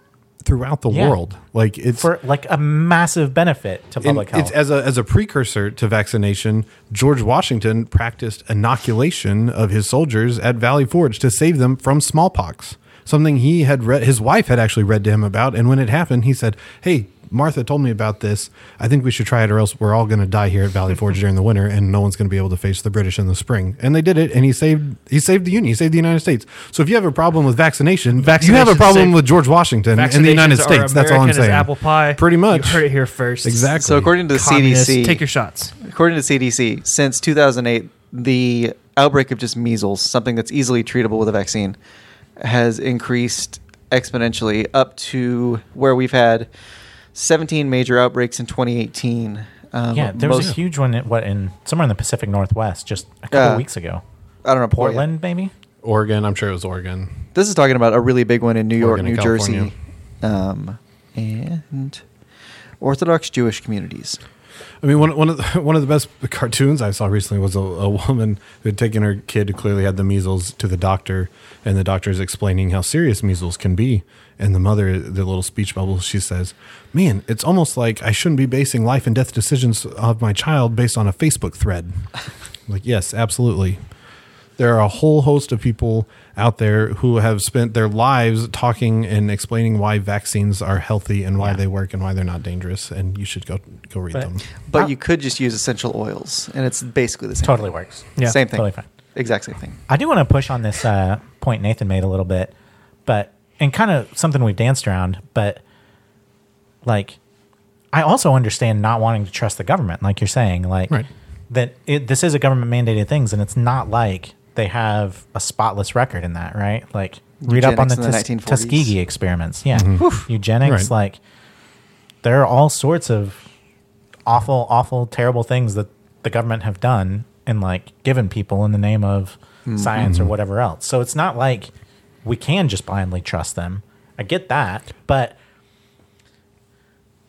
S1: throughout the
S4: Yeah.
S1: world. Like it's
S4: for like a massive benefit to
S1: And
S4: public
S1: it's
S4: health.
S1: as a as a precursor to vaccination. George Washington practiced inoculation of his soldiers at Valley Forge to save them from smallpox. Something he had read, his wife had actually read to him about, and when it happened, he said, "Hey, Martha told me about this. I think we should try it, or else we're all going to die here at Valley Forge during the winter, and no one's going to be able to face the British in the spring." And they did it, and he saved he saved the Union, he saved the United States. So if you have a problem with vaccination, you have a
S3: Vaccinations
S1: problem
S3: save-
S1: with George Washington and the
S3: Vaccinations
S1: United
S3: are
S1: States. That's all I'm
S3: American as
S1: saying.
S3: apple pie.
S1: Pretty much.
S3: You heard it here first.
S1: Exactly.
S2: So according to the
S3: Communists,
S2: CDC,
S3: Take your shots.
S2: According to CDC, since 2008, the outbreak of just measles, something that's easily treatable with a vaccine, has increased exponentially up to where we've had 17 major outbreaks in 2018. Um,
S4: yeah, there was a
S2: most-
S4: huge one. At, what in somewhere in the Pacific Northwest just a couple
S2: Uh,
S4: weeks ago.
S2: I don't know
S4: Portland, maybe.
S1: Oregon. I'm sure it was Oregon.
S2: This is talking about a really big one in New York,
S1: Oregon
S2: New
S1: and
S2: Jersey, um, and Orthodox Jewish communities.
S1: I mean, one, one of the, *laughs* one of the best cartoons I saw recently was a, a woman who had taken her kid who clearly had the measles to the doctor, and the doctor is explaining how serious measles can be. And the mother, the little speech bubble, she says, "Man, it's almost like I shouldn't be basing life and death decisions of my child based on a Facebook thread." *laughs* like, yes, absolutely. There are a whole host of people out there who have spent their lives talking and explaining why vaccines are healthy and why they work and why they're not dangerous. And you should go go read
S4: But-
S1: them.
S2: But you could just use essential oils, and it's basically the same.
S4: Totally
S2: thing.
S4: works.
S3: Yeah,
S2: same thing.
S4: totally fine.
S2: Exact same thing.
S4: I do want to push on this uh, point Nathan made a little bit, but and kind of something we've danced around, but like I also understand not wanting to trust the government, like you're saying, like
S1: Right.
S4: that it, this is a government mandated things, and it's not like they have a spotless record in that, right? Like read up on the,
S2: Eugenics in the
S4: Tus-
S2: 1940s.
S4: Tuskegee experiments, yeah, eugenics,
S1: Mm-hmm. Right.
S4: like there are all sorts of awful, awful, terrible things that the government have done and like given people in the name of
S1: Mm-hmm.
S4: science or whatever else. So it's not like we can just blindly trust them. I get that, but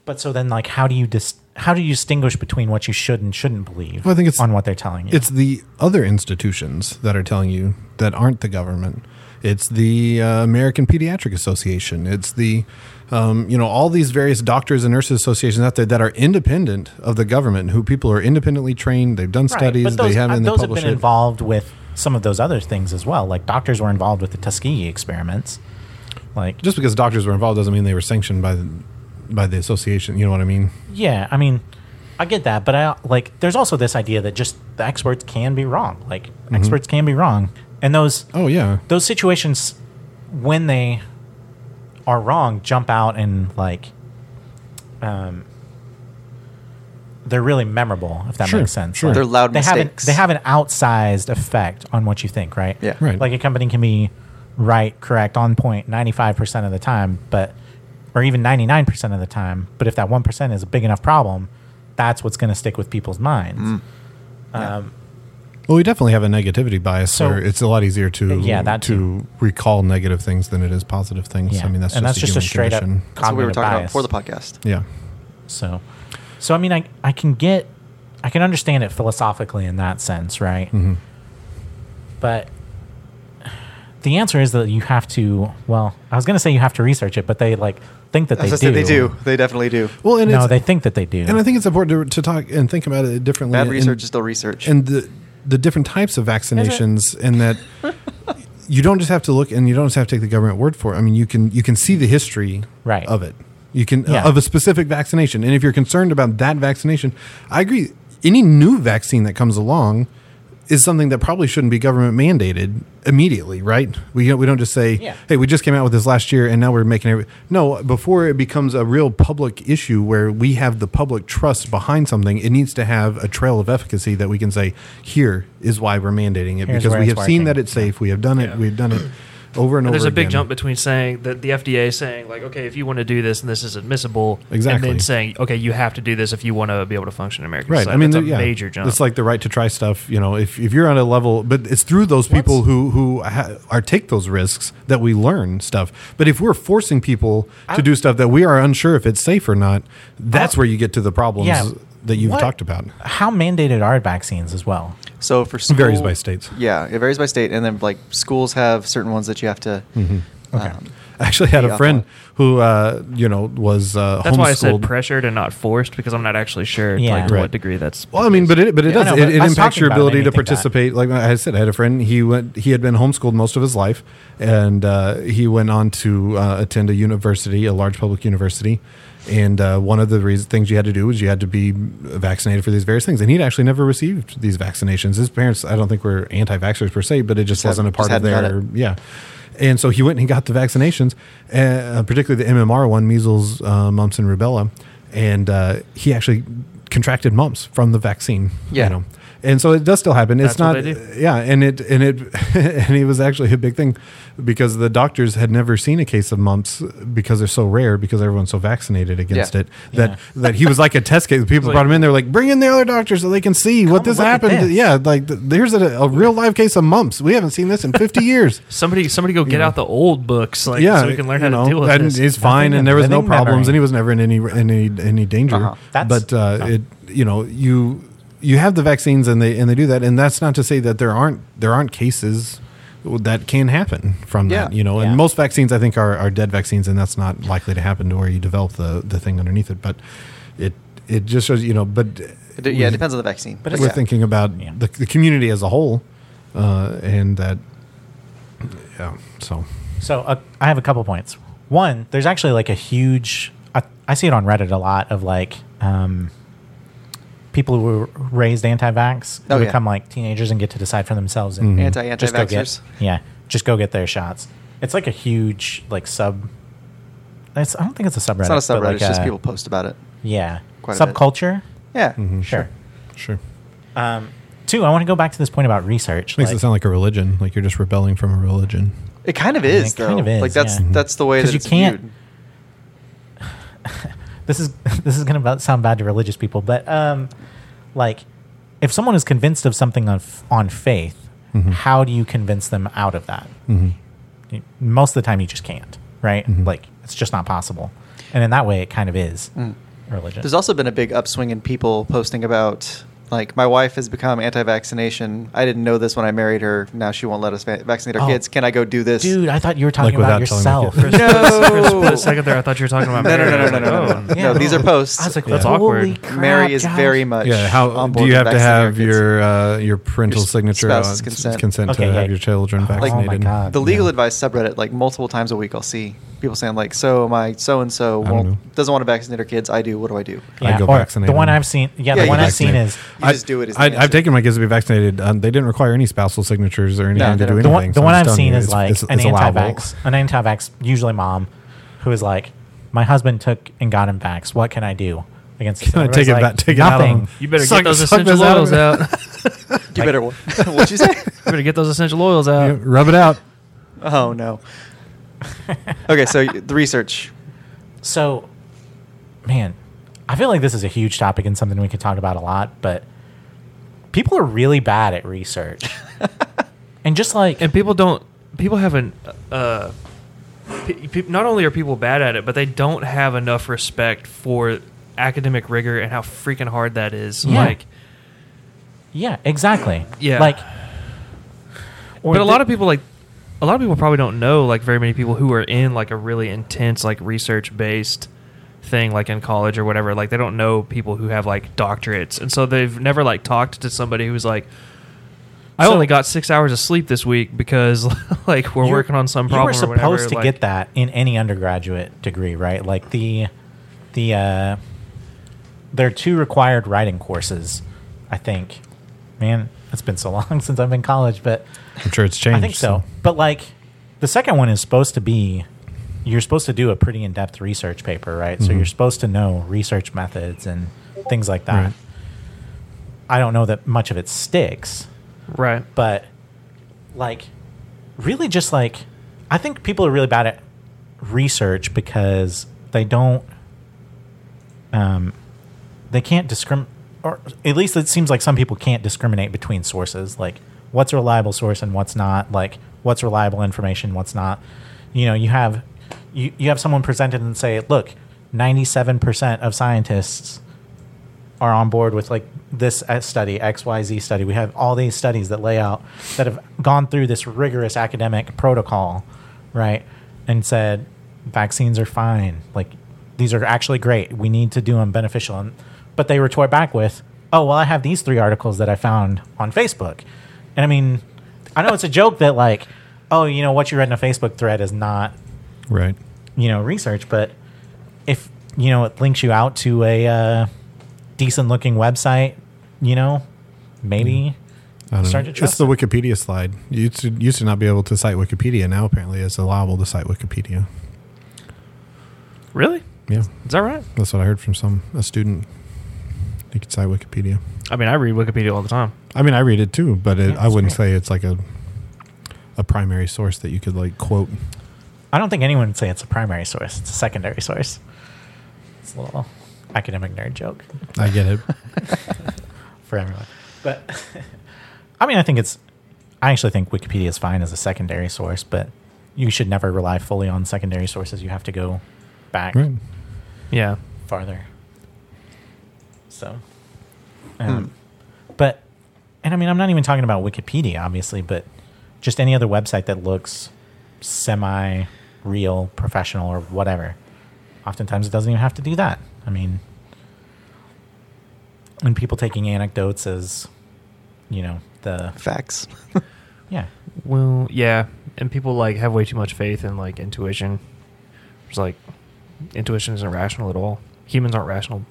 S4: but so then like how do you dis- how do you distinguish between what you should and shouldn't believe
S1: Well, I think it's-
S4: on what they're telling you?
S1: It's the other institutions that are telling you that aren't the government. It's the uh, American Pediatric Association. It's the, um, you know, all these various doctors and nurses associations out there that are independent of the government, who people are independently trained. They've done
S4: Right,
S1: studies.
S4: but those,
S1: they have,
S4: uh,
S1: and they
S4: those have
S1: publish
S4: been
S1: it.
S4: involved with some of those other things as well. Like doctors were involved with the Tuskegee experiments. Like
S1: Just because doctors were involved doesn't mean they were sanctioned by the by the association. You know what I mean?
S4: Yeah, I mean, I get that, but I like. There's also this idea that just the experts can be wrong. Like experts can be wrong, and those
S1: Oh yeah.
S4: those situations when they are wrong jump out and like, um, they're really memorable if that
S1: Sure,
S4: makes sense.
S1: sure.
S4: Like,
S2: They're loud
S4: they
S2: mistakes.
S4: Have an, they have an outsized effect on what you think, right?
S2: Yeah.
S1: Right.
S4: Like a company can be right, correct, on point 95% of the time, but or even 99% of the time, but if that 1% is a big enough problem, that's what's going to stick with people's minds.
S2: Mm.
S4: Um,
S1: Well, we definitely have a negativity bias,
S4: So- uh,
S1: so it's a lot easier to
S4: Yeah, that
S1: to
S4: too.
S1: recall negative things than it is positive things.
S4: yeah.
S1: I mean, that's
S4: and
S1: just
S4: that's just a
S1: human
S4: straight
S1: condition.
S4: up
S2: That's what we were
S4: cognitive
S2: talking
S4: bias.
S2: about before the podcast.
S1: Yeah.
S4: So, so I mean, I I can get, I can understand it philosophically in that sense, right?
S1: Mhm.
S4: But the answer is that you have to. Well, I was going to say you have to research it, but they like think that
S2: As
S4: they
S2: I
S4: do.
S2: said, they do. They definitely do.
S1: Well, and
S4: no,
S1: it's,
S4: they think that they do.
S1: and I think it's important to, to talk and think about it differently.
S2: Bad
S1: and-
S2: research is still research.
S1: and the the different types of vaccinations, and that you don't just have to look and you don't just have to take the government word for it. I mean, you can you can see the history
S4: Right.
S1: of it. You can
S4: Yeah.
S1: of a specific vaccination, and if you're concerned about that vaccination, I agree. Any new vaccine that comes along is something that probably shouldn't be government mandated immediately, right? We we don't just say,
S4: Yeah.
S1: "Hey, we just came out with this last year, and now we're making it." No, before it becomes a real public issue where we have the public trust behind something, it needs to have a trail of efficacy that we can say, "Here is why we're mandating it
S4: Here's
S1: because
S4: where
S1: we have
S4: it's
S1: seen
S4: working.
S1: that it's safe. We have done it.
S3: Yeah.
S1: We've done it over and over."
S3: And there's a big
S1: again.
S3: jump between saying that the FDA saying like, okay, if you want to do this and this is admissible,
S1: Exactly.
S3: and then saying, okay, you have to do this if you want to be able to function in America.
S1: Right.
S3: society.
S1: I mean,
S3: that's
S1: the-
S3: a
S1: yeah.
S3: major jump.
S1: It's like the right to try stuff. You know, if, if you're on a level, but it's through those people who who ha- are take those risks that we learn stuff. But if we're forcing people to do stuff that we are unsure if it's safe or not, that's where you get to the problems
S4: Yeah.
S1: that you've
S4: What-
S1: talked about. *laughs*
S4: how mandated are vaccines as well?
S2: So for
S1: It
S2: school,
S1: varies by states.
S2: Yeah, it varies by state, and then like schools have certain ones that you have to. um,
S1: I actually had
S2: Yeah.
S1: a friend who uh, you know was uh,
S3: that's
S1: homeschooled.
S3: why I said pressured and not forced because I'm not actually sure
S4: Yeah.
S3: like, to
S1: Right.
S3: what degree that's.
S1: Well, I mean, but it but it
S4: Yeah, I
S1: does
S4: know,
S1: it,
S4: but
S1: it
S4: us
S1: impacts
S4: talking
S1: your
S4: about it
S1: ability
S4: made
S1: to
S4: me think that.
S1: participate. Like I said, I had a friend. He went. He had been homeschooled most of his life, and uh, he went on to uh, attend a university, a large public university. And uh, one of the reasons, things you had to do was you had to be vaccinated for these various things. And he'd actually never received these vaccinations. His parents, I don't think, were anti-vaxxers per se, but it just,
S2: Just
S1: wasn't a
S2: hadn't- just
S1: part of
S2: hadn't
S1: their
S2: done
S1: yeah. And so he went and he got the vaccinations, uh, particularly the MMR one, measles, uh, mumps, and rubella. And uh, he actually contracted mumps from the vaccine.
S2: Yeah.
S1: And so it does still happen. It's
S3: That's
S1: not,
S3: what they do.
S1: yeah. And it, *laughs* and it, and it was actually a big thing because the doctors had never seen a case of mumps because they're so rare because everyone's so vaccinated against
S2: Yeah.
S1: it that, that he was like a test case. People brought him in. They're like, bring in the other doctor so they can see what this
S4: look at
S1: happened.
S4: this.
S1: Yeah. Like th- there's a, a real live case of mumps. We haven't seen this in 50 years
S3: Somebody, somebody, go get out the old books, *laughs* like, so we can learn how
S1: you
S3: to
S1: know,
S3: deal with
S1: and
S3: this. *laughs*
S1: He's fine,
S4: Nothing
S1: and there was no
S4: living
S1: problems,
S4: memory.
S1: and he was never in any any any danger.
S2: Uh-huh.
S4: That's-
S1: But uh,
S4: yeah.
S1: it, you know, you you have the vaccines, and they and they do that, and that's not to say that there aren't there aren't cases that can happen from that.
S2: Yeah.
S1: You know, and
S4: Yeah.
S1: most vaccines I think are, are dead vaccines, and that's not likely to happen to where you develop the the thing underneath it. But it it just shows you know, but
S2: it d- yeah, it depends on the vaccine.
S4: But
S1: we're
S2: yeah.
S1: thinking about
S4: Yeah.
S1: the, the community as a whole, uh, and that yeah, so.
S4: So uh, I have a couple points. One, there's actually like a huge. I, I see it on Reddit a lot of like um, people who were raised anti-vax who
S2: Oh, yeah.
S4: become like teenagers and get to decide for themselves
S1: Mm-hmm.
S4: and
S2: anti
S4: just go get
S2: anti-vaxxers.
S4: yeah, just go get their shots. It's like a huge like sub. It's, I don't think it's a subreddit.
S2: It's not a subreddit;
S4: but, like, uh,
S2: it's just
S4: a-
S2: people post about it.
S4: Yeah,
S2: Quite a bit.
S4: subculture.
S2: Yeah,
S1: Mm-hmm.
S4: Sure.
S1: Sure.
S4: Um, two, I want to go back to this point about research.
S1: Makes
S4: like-
S1: it sound like a religion, like you're just rebelling from a religion.
S2: it kind of
S4: Yeah,
S2: is
S4: it
S2: though.
S4: kind of is,
S2: like that's
S4: yeah.
S2: that's the way
S4: 'Cause
S2: that
S4: you
S2: it's
S4: can't-
S2: viewed.
S4: this is *laughs* this is going to sound bad to religious people, but um, like if someone is convinced of something on f- on faith, how do you convince them out of that?
S1: Mm-hmm.
S4: You- Most of the time, you just can't, right? Like it's just not possible. And in that way, it kind of is. religion.
S2: Mm. There's also been a big upswing in people posting about like my wife has become anti-vaccination. I didn't know this when I married her. Now she won't let us va- vaccinate our
S4: Oh.
S2: kids. Can I go do this?
S4: Dude, I thought you were talking
S1: Like,
S4: about
S1: without telling
S4: yourself.
S1: me.
S3: Chris,
S2: No.
S3: Chris, for a second there, I thought you were talking about
S2: No, no,
S3: Mary.
S2: no,
S3: I was
S2: no, no,
S3: like,
S2: no, no,
S3: oh.
S2: no. These are posts.
S4: I was like,
S1: Yeah.
S4: that's
S1: That's
S3: awkward.
S4: holy crap,
S2: Mary is
S4: Josh.
S2: very much.
S1: Yeah, how
S2: Uh, on
S1: do
S2: board
S1: you
S2: with
S1: have to
S2: vaccinating our
S1: have
S2: kids.
S1: your uh, your parental signature
S2: spouse's
S1: uh,
S2: consent.
S1: consent to
S4: Okay, yeah.
S1: have your children
S4: Oh,
S1: vaccinated?
S4: my God.
S2: the legal
S4: Yeah.
S2: advice subreddit like multiple times a week i'll see people saying like so my so and so
S1: I don't know.
S2: doesn't want to vaccinate her kids i do what do i
S3: *laughs*
S2: do
S1: I'd go
S4: or
S1: vaccinate
S4: The one
S1: them.
S4: I've seen,
S2: Yeah,
S4: yeah, the
S2: you
S4: one I've
S2: vaccinate
S4: seen
S1: Vaccinated.
S4: is
S2: You
S1: I-
S2: just do it as the
S1: I,
S2: answer.
S1: I've taken my kids to be vaccinated. Um, they didn't require any spousal signatures or anything
S2: No, they
S1: to do
S2: don't.
S1: anything.
S4: the one, the
S1: so
S4: one
S1: I'm
S4: I've
S1: just telling
S4: seen
S1: you,
S4: is
S1: it's-
S4: like
S1: it's-
S4: an
S1: it's allowable.
S4: anti-vax, an anti-vax, usually mom, who is like, my husband took and got him vax. What can I do against? this?"
S1: Can I take it
S4: Everybody's
S1: back- take it out of
S4: nothing.
S1: him?
S3: You better
S1: Suck-
S3: get those
S1: suck
S3: essential
S1: this out of
S3: oils
S1: me.
S3: out.
S2: you better *laughs* what you
S3: *laughs*
S2: say
S3: you better get those essential oils out.
S1: Yeah, rub it out.
S2: oh no okay so y- the research
S4: So, man, I feel like this is a huge topic and something we could talk about a lot. But people are really bad at
S1: *laughs*
S4: research, and just like
S3: and people don't people haven't uh pe- pe- not only are people bad at it but they don't have enough respect for academic rigor and how freaking hard that is
S4: Yeah.
S3: like
S4: yeah, exactly,
S3: Yeah.
S4: like. or
S3: but a
S4: the-
S3: lot of people like a lot of people probably don't know like very many people who are in like a really intense like research based thing like in college or whatever like they don't know people who have like doctorates and so they've never like talked to somebody who's like I
S4: So-
S3: only got six hours of sleep this week because *laughs* like we're
S4: You're-
S3: working on some problem.
S4: You were
S3: or whatever,"
S4: supposed to
S3: like-
S4: get that in any undergraduate degree, right? Like the the uh, there are two required writing courses. I think, man, it's been so *laughs* long since I've been in college, but
S1: I'm sure it's changed.
S4: I think so. But like the second one is supposed to be you're supposed to do a pretty in-depth research paper, right? So you're supposed to know research methods and things like that.
S1: Right.
S4: I don't know that much of it sticks
S3: right.
S4: but like really just like i think people are really bad at research because they don't um they can't discriminate or at least it seems like some people can't discriminate between sources like what's a reliable source and what's not like what's reliable information what's not you know you have you, you have someone presented and say look 97% of scientists are on board with like this uh, study xyz study we have all these studies that lay out that have gone through this rigorous academic protocol right and said vaccines are fine like these are actually great we need to do them beneficial and, but they retort back with oh well i have these three articles that i found on facebook and i mean i know it's a joke that like oh you know what you read in a facebook thread is not
S1: Right.
S4: you know research but if you know it links you out to a uh, decent looking website you know maybe
S1: I don't
S4: Start
S1: know.
S4: to trust
S1: it's the Wikipedia slide. You used to, used to not be able to cite Wikipedia. Now apparently it's allowable to cite Wikipedia.
S3: Really?
S1: Yeah,
S3: Is that right?
S1: that's what I heard from some a student. You could cite Wikipedia.
S3: I mean, I read Wikipedia all the time.
S1: I mean, I read it too, but it,
S4: Yeah,
S1: I
S4: it's
S1: wouldn't
S4: great.
S1: say it's like a a primary source that you could like quote.
S4: i don't think anyone would say it's a primary source it's a secondary source it's a little academic nerd joke
S1: I get it.
S4: for everyone but *laughs* i mean i think it's i actually think wikipedia is fine as a secondary source but you should never rely fully on secondary sources you have to go
S1: *laughs*
S4: back
S1: right.
S3: Yeah.
S4: farther. So, um,
S2: Hmm.
S4: but, and I mean, I'm not even talking about Wikipedia, obviously, but just any other website that looks semi real, professional, or whatever. Oftentimes it doesn't even have to do that. I mean, and people taking anecdotes as, you know, the,
S2: facts *laughs*
S4: yeah.
S3: Well, yeah, and people like have way too much faith in like intuition. It's like intuition isn't rational at all. Humans aren't rational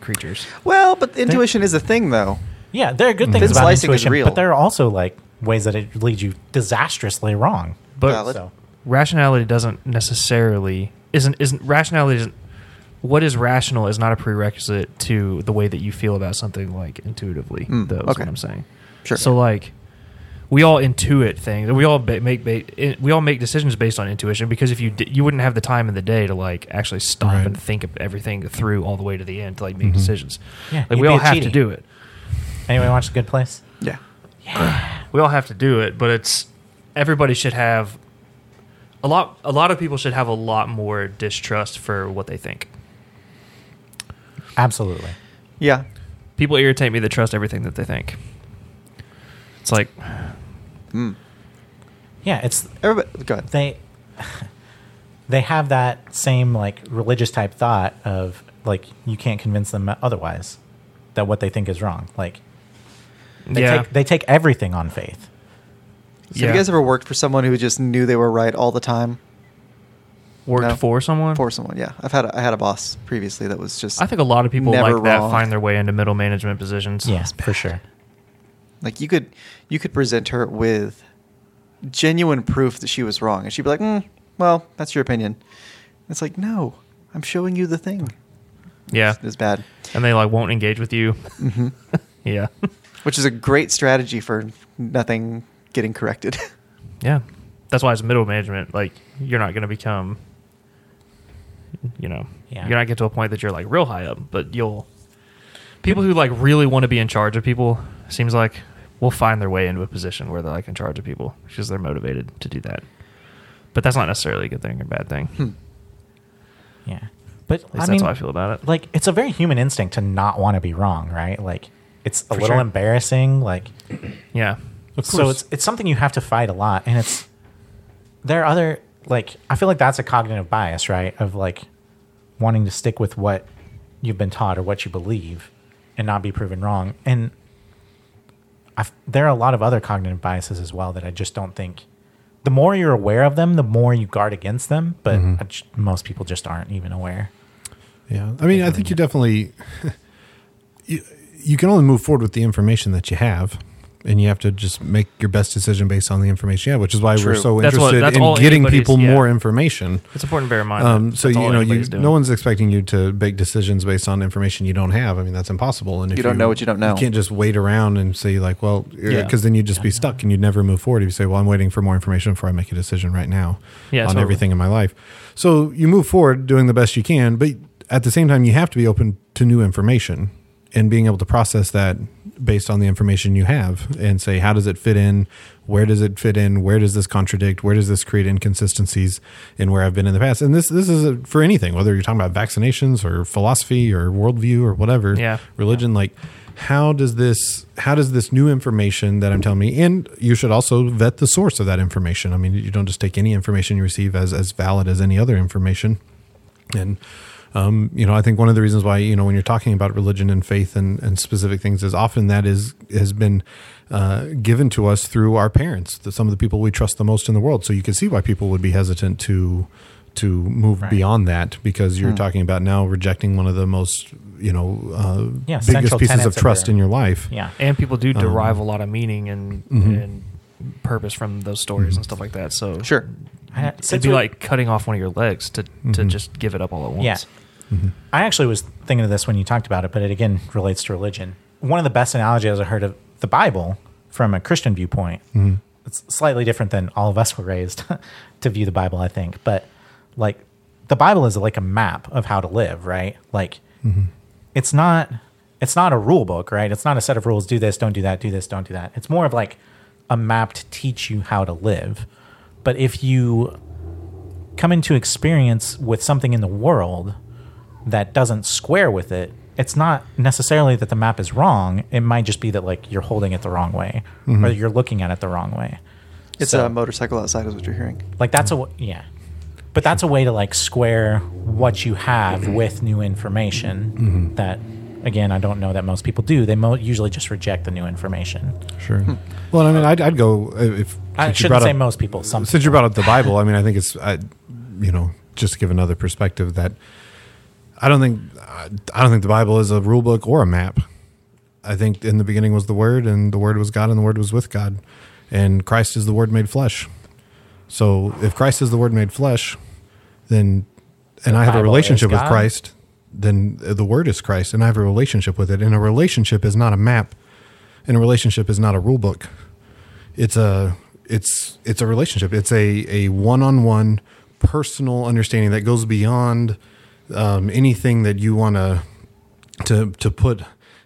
S3: creatures.
S2: well but intuition is a thing though
S4: Yeah, there are good
S2: Thin
S4: things about
S2: Mm. slicing is
S4: intuition,
S2: real.
S4: but there are also like ways that it leads you disastrously wrong.
S3: But
S2: Valid.
S4: so,
S3: rationality doesn't necessarily isn't isn't rationality isn't what is rational is not a prerequisite to the way that you feel about something like intuitively.
S2: Mm,
S3: though, is
S2: okay.
S3: what I'm saying.
S2: sure
S3: So like, we all intuit things. We all ba- make ba- i- we all make decisions based on intuition because if you di- you wouldn't have the time in the day to like actually stop
S1: Right.
S3: and think of everything through all the way to the end to like make
S1: Mhm.
S3: decisions.
S4: Yeah,
S3: like
S4: you'd
S3: we
S4: be
S3: all
S4: a
S3: have to
S4: cheating.
S3: do it.
S4: anyway, watch The Good Place.
S2: yeah
S3: We all have to do it, but it's everybody should have a lot. A lot of people should have a lot more distrust for what they think.
S4: Absolutely.
S2: Yeah.
S3: People irritate me that trust everything that they think. It's like
S4: Yeah, it's
S2: Everybody, go ahead.
S4: they they have that same like religious type thought of like you can't convince them otherwise that what they think is wrong. Like they
S3: yeah,
S4: take they take everything on faith.
S2: So Have you guys ever worked for someone who just knew they were right all the time?
S3: worked
S2: No.
S3: for someone?
S2: For someone, yeah. I've had a, I had a boss previously that was just
S3: I think a lot of people
S2: Never
S3: like that
S2: wrong.
S3: find their way into middle management positions.
S4: Yeah, for sure.
S2: like you could you could present her with genuine proof that she was wrong, and she'd be like, mm, "Well, that's your opinion." It's like, no, I'm showing you the thing.
S3: Yeah,
S2: It's bad, Mm-hmm.
S3: and they like won't engage with you. *laughs* yeah,
S2: which is a great strategy for nothing getting corrected. *laughs*
S3: yeah. That's why it's middle management. Like you're not going to become, you know,
S4: Yeah.
S3: you're not get to a point that you're like real high up, but you'll. People who like really want to be in charge of people seems like will find their way into a position where they're like in charge of people because they're motivated to do that. But that's not necessarily a good thing or bad thing.
S1: Hmm.
S4: Yeah. But
S3: At least that's
S4: I mean,
S3: how I feel about it.
S4: like it's a very human instinct to not want to be wrong, right? Like it's a
S3: For
S4: little
S3: sure.
S4: embarrassing. Like
S3: yeah,
S4: so it's it's something you have to fight a lot, and it's there are other like I feel like that's a cognitive bias, right? Of like wanting to stick with what you've been taught or what you believe, and not be proven wrong. And I've, there are a lot of other cognitive biases as well that I just don't think. The more you're aware of them, the more you guard against them. But
S3: Mm-hmm.
S4: I j- most people just aren't even aware.
S1: Yeah, I mean, I think you definitely *laughs* you, you can only move forward with the information that you have, and you have to just make your best decision based on the information you have, which is why we're
S2: True.
S1: so
S3: That's what-
S1: interested
S3: that's
S1: in
S3: all
S1: getting
S3: anybody's-
S1: people
S3: yeah.
S1: more information.
S3: it's important to bear in mind.
S1: Um,
S3: that
S1: so
S3: that's
S1: you
S3: all
S1: know, you,
S3: anybody's doing.
S1: no one's expecting you to make decisions based on information you don't have. I mean, that's impossible. And if
S2: You don't know what you don't know.
S1: You can't just wait around and say like, well,
S3: Yeah.
S1: because then you'd just be stuck and you'd never move forward. If you say, well, I'm waiting for more information before I make a decision right now
S3: Yeah,
S1: on
S3: totally.
S1: everything in my life. So you move forward doing the best you can, but at the same time, you have to be open to new information and being able to process that based on the information you have and say, how does it fit in? Where does it fit in? Where does this contradict? Where does this create inconsistencies in where I've been in the past? And this, this is a, for anything, whether you're talking about vaccinations or philosophy or worldview or whatever,
S3: Yeah.
S1: religion, like how does this, how does this new information that I'm telling me, and you should also vet the source of that information. I mean, you don't just take any information you receive as, as valid as any other information. And um, you know, I think one of the reasons why you know when you're talking about religion and faith and, and specific things is often that is has been uh, given to us through our parents, the, some of the people we trust the most in the world. So you can see why people would be hesitant to to move beyond that because
S4: Hmm.
S1: you're talking about now rejecting one of the most you know uh,
S4: Yeah,
S1: biggest
S4: central
S1: pieces
S4: tenets
S1: of
S4: of
S1: trust
S4: your-
S1: in your life.
S4: Yeah.
S3: and people do
S1: um,
S3: derive a lot of meaning and
S1: mm-hmm.
S3: and purpose from those stories and stuff like that. So
S2: sure.
S4: I-
S3: it'd
S4: since
S3: be
S4: we-
S3: like cutting off one of your legs to to
S2: Mm-hmm.
S3: just give it up all at once.
S4: Yeah. Mm-hmm. I actually was thinking of this when you talked about it, but it again relates to religion. One of the best analogies I heard of the Bible from a Christian viewpoint.
S3: Mm-hmm.
S4: It's slightly different than all of us were raised *laughs* to view the Bible, I think. But like the Bible is like a map of how to live, right? Like
S3: Mm-hmm.
S4: it's not it's not a rule book, right? It's not a set of rules, do this, don't do that, do this, don't do that. It's more of like a map to teach you how to live. But if you come into experience with something in the world that doesn't square with it, it's not necessarily that the map is wrong. It might just be that like you're holding it the wrong way
S1: Mm-hmm.
S4: or you're looking at it the wrong way.
S2: It's
S4: So-
S2: a motorcycle outside, is what you're hearing.
S4: Like that's a w- yeah. But that's a way to like square what you have with new information
S1: Mm-hmm.
S4: that again, I don't know that most people do. They mo- usually just reject the new information.
S1: Sure. Well, I mean, I'd, I'd go uh, if
S4: Hmm. I
S1: since you
S4: shouldn't
S1: brought
S4: say
S1: up-
S4: most people, some
S1: Since you brought up the Bible, I mean, I think it's, I, you know, just to give another perspective that I don't think I I don't think the Bible is a rule book or a map. I think in the beginning was the Word, and the Word was God, and the Word was with God, and Christ is the Word made flesh. So if Christ is the Word made flesh, then and I have a
S4: Bible
S1: relationship
S4: is
S1: with
S4: God?
S1: Christ, then the Word is Christ, and I have a relationship with it. And a relationship is not a map, and a relationship is not a rule book it's a it's it's a relationship. It's a a one on one personal understanding that goes beyond um, anything that you want to to to put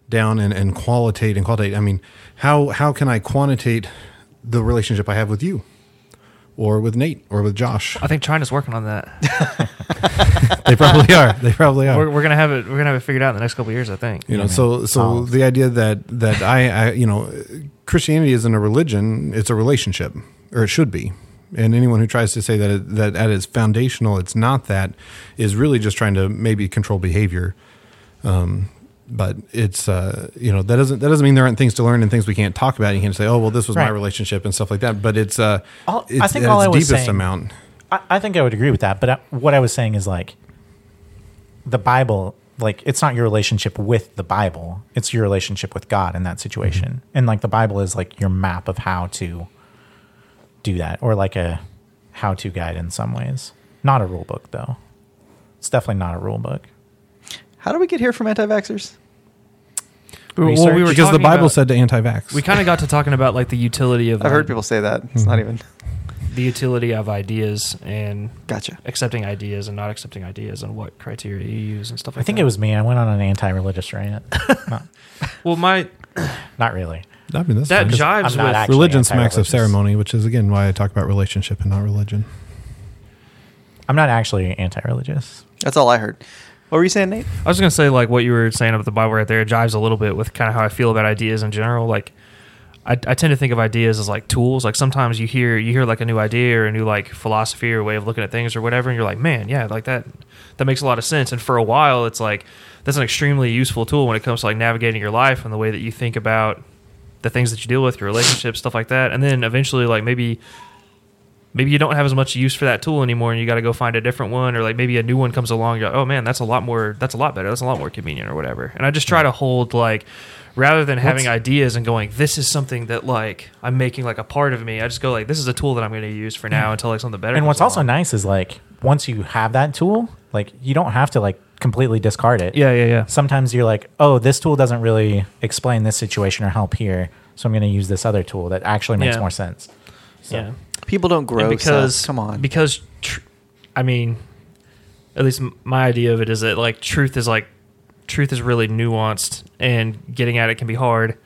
S1: down and, and qualitate and qualitate. I mean, how how can I quantitate the relationship I have with you? or with Nate or with Josh.
S3: I think China's working
S2: *laughs*
S3: on that.
S1: they probably are. They probably are.
S3: we're, we're gonna have it. We're gonna have it figured out in the next couple of years. I think.
S1: you know, so so
S4: Solved.
S1: the idea that that I, I you know Christianity isn't a religion; it's a relationship, or it should be. And anyone who tries to say that it, that at its foundational it's not that is really just trying to maybe control behavior. Um, but it's uh, you know that doesn't that doesn't mean there aren't things to learn and things we can't talk about. You can't say, oh well, this was my
S4: Right.
S1: relationship and stuff like that. But it's uh,
S4: All- I
S1: it's,
S4: think
S1: at
S4: all
S1: its
S4: I was
S1: deepest
S4: saying-
S1: amount.
S4: I, I think I would agree with that. But I, what I was saying is like the Bible, like it's not your relationship with the Bible, it's your relationship with God in that situation.
S1: Mm-hmm.
S4: And like the Bible is like your map of how to do that or like a how to guide in some ways. Not a rule book, though. It's definitely not a rule book.
S2: How do we get here from anti-vaxxers?
S4: Research.
S3: were
S1: Because the
S3: talking
S1: Bible
S3: about-
S1: said to anti-vax.
S3: we kind of got to talking about like the utility of.
S2: I've heard
S3: like,
S2: people say that.
S3: hmm.
S2: It's not even.
S3: the utility of ideas and
S2: Gotcha.
S3: accepting ideas and not accepting ideas and what criteria you use and stuff like
S4: I
S3: that.
S4: think it was me. I went on an anti
S1: *laughs*
S4: religious rant. not,
S3: Well, my
S4: not really.
S1: I mean, that's
S3: that
S1: fine.
S3: jives
S4: I'm not
S3: with
S4: actually
S1: religion smacks of
S4: anti-religious.
S1: ceremony, which is again why I talk about relationship and not religion.
S4: I'm not actually anti religious.
S2: That's all I heard. What were you saying, Nate?
S3: I was gonna say like what you were saying about the Bible right there. It jives a little bit with kind of how I feel about ideas in general. Like I, I tend to think of ideas as like tools. Like sometimes you hear you hear like a new idea or a new like philosophy or way of looking at things or whatever, and you're like, man, yeah, like that that makes a lot of sense. And for a while, it's like that's an extremely useful tool when it comes to like navigating your life and the way that you think about the things that you deal with, your relationships, stuff like that. And then eventually, like maybe maybe you don't have as much use for that tool anymore and you got to go find a different one or like maybe a new one comes along you're like oh man that's a lot more that's a lot better that's a lot more convenient or whatever and i just try to hold like rather than having ideas and going this is something that like i'm making like a part of me i just go like this is a tool that i'm going to use for now until like something better
S4: And
S3: comes
S4: what's also
S3: along.
S4: nice is like once you have that tool, like you don't have to like completely discard it.
S3: yeah yeah yeah
S4: Sometimes you're like, oh, this tool doesn't really explain this situation or help here, so I'm going to use this other tool that actually makes
S3: Yeah.
S4: more sense. So,
S3: yeah
S2: People don't grow.
S3: And because
S2: Seth. come on.
S3: because tr- i mean at least m- my idea of it is that like truth is like truth is really nuanced and getting at it can be hard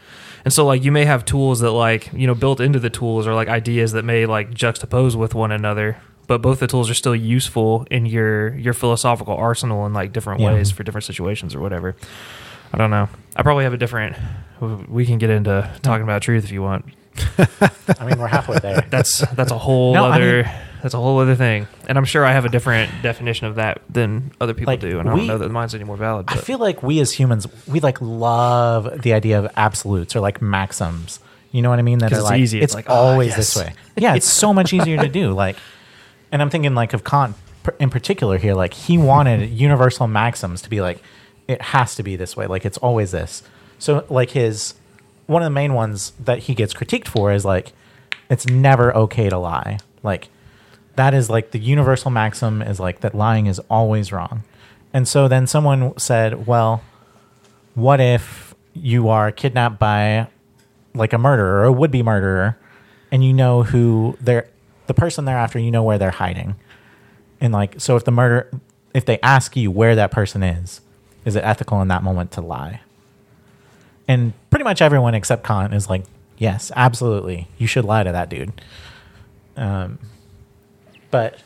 S3: and so like you may have tools that like you know built into the tools or like ideas that may like juxtapose with one another but both the tools are still useful in your your philosophical arsenal in like different
S4: Yeah.
S3: ways for different situations or whatever i don't know i probably have a different we can get into talking about truth if you want
S4: I mean, we're halfway there.
S3: *laughs* that's that's a whole
S4: No, I
S3: other that's a whole other thing and i'm sure i have a different definition of that than other people
S4: Like,
S3: do and i
S4: we-
S3: don't know that mine's any more valid
S4: I
S3: but.
S4: feel like we as humans, we like love the idea of absolutes or like maxims. You know what I mean? That
S3: 'Cause
S4: are
S3: it's
S4: like
S3: easy.
S4: it's
S3: It's like, ah,
S4: always this
S3: yes.
S4: way. Yeah, it's so much easier to do. *laughs* Like, and I'm thinking like of Kant per- in particular here. Like he
S3: *laughs*
S4: wanted universal maxims to be like it has to be this way. Like it's always this. So like his one of the main ones that he gets critiqued for is like it's never okay to lie. Like that is like the universal maxim is like that lying is always wrong. And so then someone said, well, what if you are kidnapped by like a murderer, a would be murderer, and you know who they're the person they're after, you know where they're hiding. And like so if the murder if they ask you where that person is, is it ethical in that moment to lie? And pretty much everyone except Kant is like, yes, absolutely. You should lie to that dude. Um but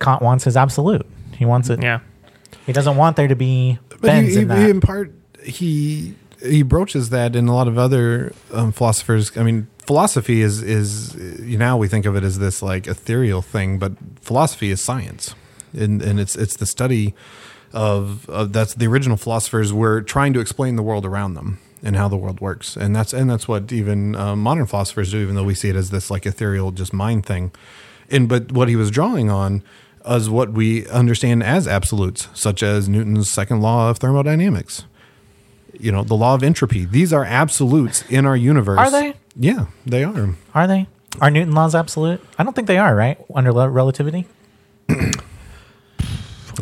S4: Kant wants his absolute. He wants it.
S3: yeah
S4: He doesn't want there to be
S1: But
S4: bends
S1: he, he,
S4: in that.
S1: he in part he he broaches that in a lot of other um, philosophers. I mean, philosophy is is you know, now we think of it as this like ethereal thing, but philosophy is science, and and it's it's the study of, of that's the original philosophers were trying to explain the world around them and how the world works, and that's and that's what even uh, modern philosophers do, even though we see it as this like ethereal just mind thing. And but what he was drawing on is what we understand as absolutes, such as Newton's second law of thermodynamics. You know, the law of entropy. These are absolutes in our universe.
S4: Are they?
S1: Yeah, they are.
S4: Are they? Are Newton laws absolute? I don't think they are, right? Under lo- relativity?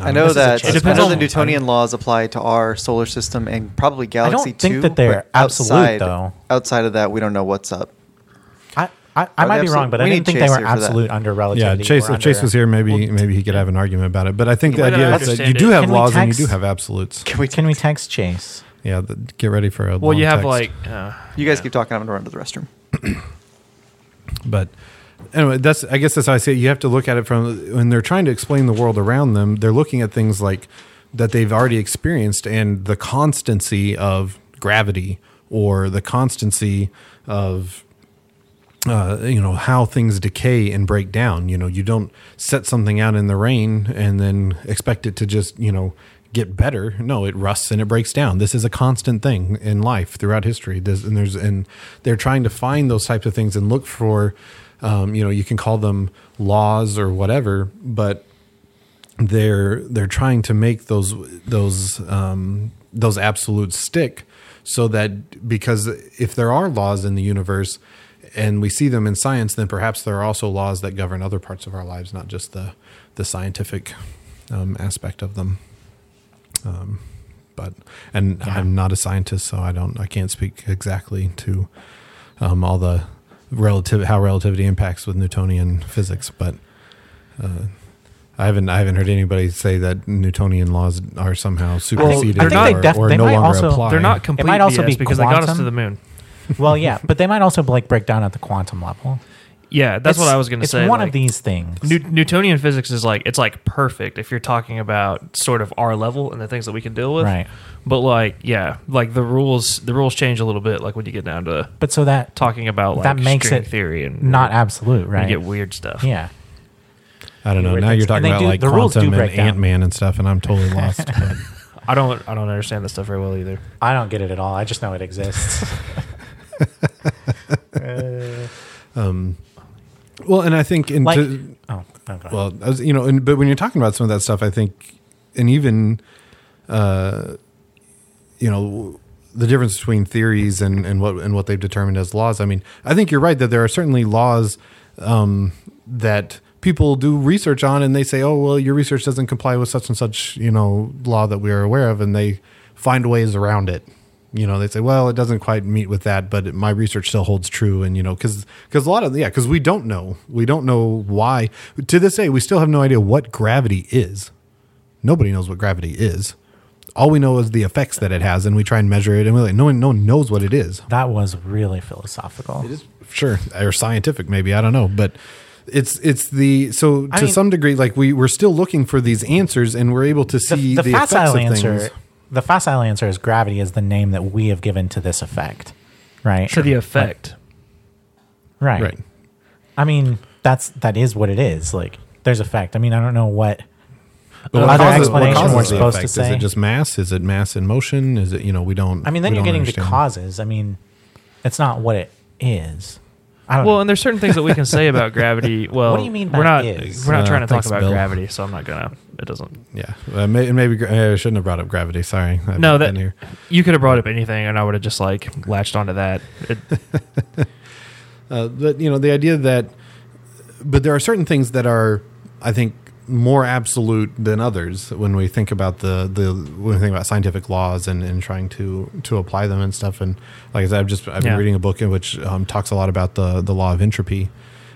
S2: I know
S4: This is a
S2: that
S4: chess
S2: it
S3: It depends
S2: depends I know
S3: on-
S2: the Newtonian laws apply to our solar system and probably
S4: don't
S2: galaxy
S4: think
S2: too,
S4: that they're
S2: but
S4: absolute,
S2: outside,
S4: though.
S2: Outside of that, we don't know what's up.
S4: I, I,
S2: Are
S4: I
S2: they
S4: might be
S2: absolute?
S4: wrong, but
S2: We
S4: I
S2: need
S4: didn't think they
S2: Chase
S4: were
S2: here for that.
S4: absolute under
S1: Yeah,
S4: relativity.
S1: Chase.
S4: or
S1: If Chase
S4: under-
S1: was here, maybe maybe he could have an argument about it. But I think the
S3: way that
S1: idea
S3: I
S1: is that you
S3: understand
S1: do
S3: it-
S1: have
S4: Can we
S1: laws and you
S4: text-
S1: do have absolutes.
S2: Can we?
S4: Can we text Chase?
S1: Yeah, the, get ready for a.
S3: well you
S1: long
S3: have
S1: text.
S3: like uh,
S2: You guys
S3: yeah.
S2: keep talking. I'm gonna run to the restroom.
S1: but anyway, that's I guess that's how I say it. you have to look at it from when they're trying to explain the world around them. They're looking at things like that they've already experienced and the constancy of gravity or the constancy of uh, you know how things decay and break down. You know, you don't set something out in the rain and then expect it to just you know get better. No, it rusts and it breaks down. This is a constant thing in life throughout history. There's, and there's and they're trying to find those types of things and look for, um, you know, you can call them laws or whatever, but they're they're trying to make those those um, those absolutes stick so that because if there are laws in the universe and we see them in science then perhaps there are also laws that govern other parts of our lives not just the the scientific um, aspect of them um, but and I'm not a scientist so I don't I can't speak exactly to um, all the relative how relativity impacts with Newtonian physics but uh, I haven't I haven't heard anybody say that Newtonian laws are somehow superseded
S3: they're not-
S4: they def-
S1: or, or
S4: they
S1: no
S4: might
S1: longer
S4: also-
S1: apply.
S3: They're not complete
S4: might also
S3: BS
S4: be
S3: because they got us
S4: quantum.
S3: to the moon.
S4: well, yeah, but they might also like break down at the quantum level.
S3: Yeah, that's what
S4: It's-
S3: I was going to
S4: it's
S3: say.
S4: one
S3: like,
S4: of these things.
S3: New- Newtonian physics is like it's like perfect if you're talking about sort of our level and the things that we can deal with.
S4: Right.
S3: But like, yeah, like the rules the rules change a little bit. Like when you get down to
S4: but so that
S3: talking about like
S4: that makes
S3: string
S4: it
S3: theory and
S4: not
S3: you
S4: absolute, right?
S3: get weird stuff.
S4: Yeah.
S1: I don't know.
S4: Weird
S1: Now you're
S4: things. And
S1: talking
S4: they
S1: about
S4: do-
S1: like
S4: the rules do
S1: quantum and
S4: break down.
S1: Ant Man and stuff, and I'm totally
S4: *laughs*
S1: lost. but-
S3: I don't I don't understand this stuff very well either.
S4: I don't get it at all. I just know
S1: *laughs*
S4: it exists.
S1: well, and I think in
S4: like,
S1: to-
S4: oh, no, go ahead.
S1: well, I was, you know, and, but when you're talking about some of that stuff, I think, and even, uh, you know, the difference between theories and, and what and what they've determined as laws. I mean, I think you're right that there are certainly laws um, that people do research on, and they say, oh, well, your research doesn't comply with such and such, you know, law that we are aware of, and they find ways around it. You know, they say, well, it doesn't quite meet with that, but it, my research still holds true. And you know, because because a lot of yeah, because we don't know, we don't know why. To this day, we still have no idea what gravity is. Nobody knows what gravity is. All we know is the effects that it has, and we try and measure it, and we're like, no one, no one knows what it is.
S4: that was really philosophical.
S1: Sure, or scientific, maybe I don't know, but it's it's the so to
S4: I mean-
S1: some degree, like we we're still looking for these answers, and we're able to see the, effects of
S4: answer.
S1: things.
S4: The facile answer is gravity is the name that we have given to this effect, right?
S3: To the effect.
S4: right.
S1: Right.
S4: I mean, that's that is what it is. Like, there's effect. I mean, I don't know what.
S1: But
S4: Other
S1: causes-
S4: explanation
S1: causes
S4: we're
S1: the
S4: supposed to
S1: Is
S4: say?
S1: it just mass? Is it mass in motion? Is it you know we don't?
S4: I mean, then
S1: we
S4: you're
S1: don't
S4: getting
S1: understand.
S4: the causes. I mean, it's not what it is. I
S3: *laughs*
S4: don't
S3: Well,
S4: know.
S3: and there's certain things that we can say about
S4: *laughs*
S3: gravity. Well,
S4: do you mean
S3: we're
S4: by
S3: not
S4: is?
S3: we're not
S1: Uh,
S3: trying to talk
S1: thanks,
S3: about
S1: Bill.
S3: gravity, so I'm not gonna. It doesn't.
S1: Yeah, uh, may, maybe gra- uh, I shouldn't have brought up gravity. Sorry. I've
S3: No,
S1: been
S3: that you could have brought up anything, and I would have just like latched onto that.
S1: *laughs*
S3: It,
S1: Uh, but you know the idea that, but there are certain things that are, I think, more absolute than others when we think about the the when we think about scientific laws and, and trying to to apply them and stuff. And like I said, I've just I've been
S3: Yeah.
S1: reading a book in which um, talks a lot about the the law of entropy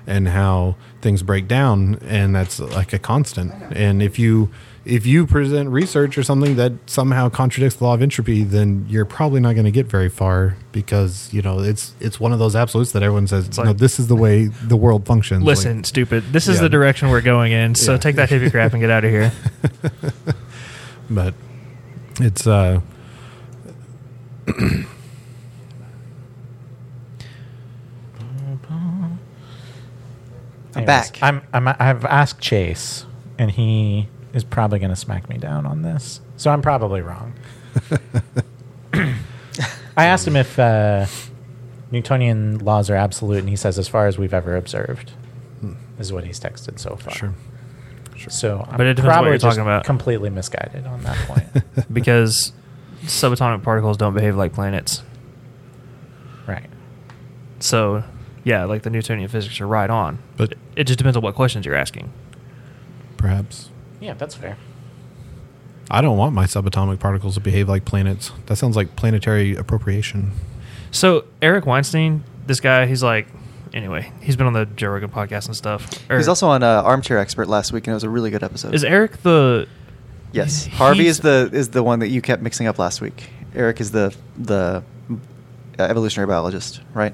S1: and how things break down, and that's like a constant. And if you if you present research or something that somehow contradicts the law of entropy, then you're probably not going to get very far because you know it's it's one of those absolutes that everyone says
S3: like-
S1: no, this is the way the world functions.
S3: Listen,
S1: Like,
S3: stupid. This is
S1: Yeah.
S3: the direction we're going in. So
S1: Yeah.
S3: take that hippie crap and get out
S1: *laughs*
S3: of here.
S1: but it's
S3: *laughs*
S1: uh,
S2: I'm
S4: Anyways,
S2: back.
S4: I'm, I'm I've asked Chase, and he is probably going to smack me down on this. So I'm probably wrong. I asked him if uh, Newtonian laws are absolute, and he says, as far as we've ever observed, is what he's texted so far.
S1: sure.
S4: So I'm
S3: But it depends what
S4: probably
S3: you're
S4: just
S3: talking about.
S4: completely misguided on that point.
S1: *laughs*
S3: *laughs* because subatomic particles don't behave like planets.
S4: right.
S3: So, yeah, like the Newtonian physics are right on.
S1: But-
S3: it just depends on what questions you're asking.
S1: Perhaps
S4: Yeah, that's fair.
S1: I don't want my subatomic particles to behave like planets. That sounds like planetary appropriation.
S3: So Eric Weinstein, this guy, he's like, anyway, he's been on the Joe Rogan podcast and stuff. Or-
S2: He's also on uh, Armchair Expert last week, and it was a really good episode.
S3: Er. is Eric the
S2: Yes,
S3: he's-
S2: Harvey is the is the one that you kept mixing up last week. Eric is the the uh, evolutionary biologist, right?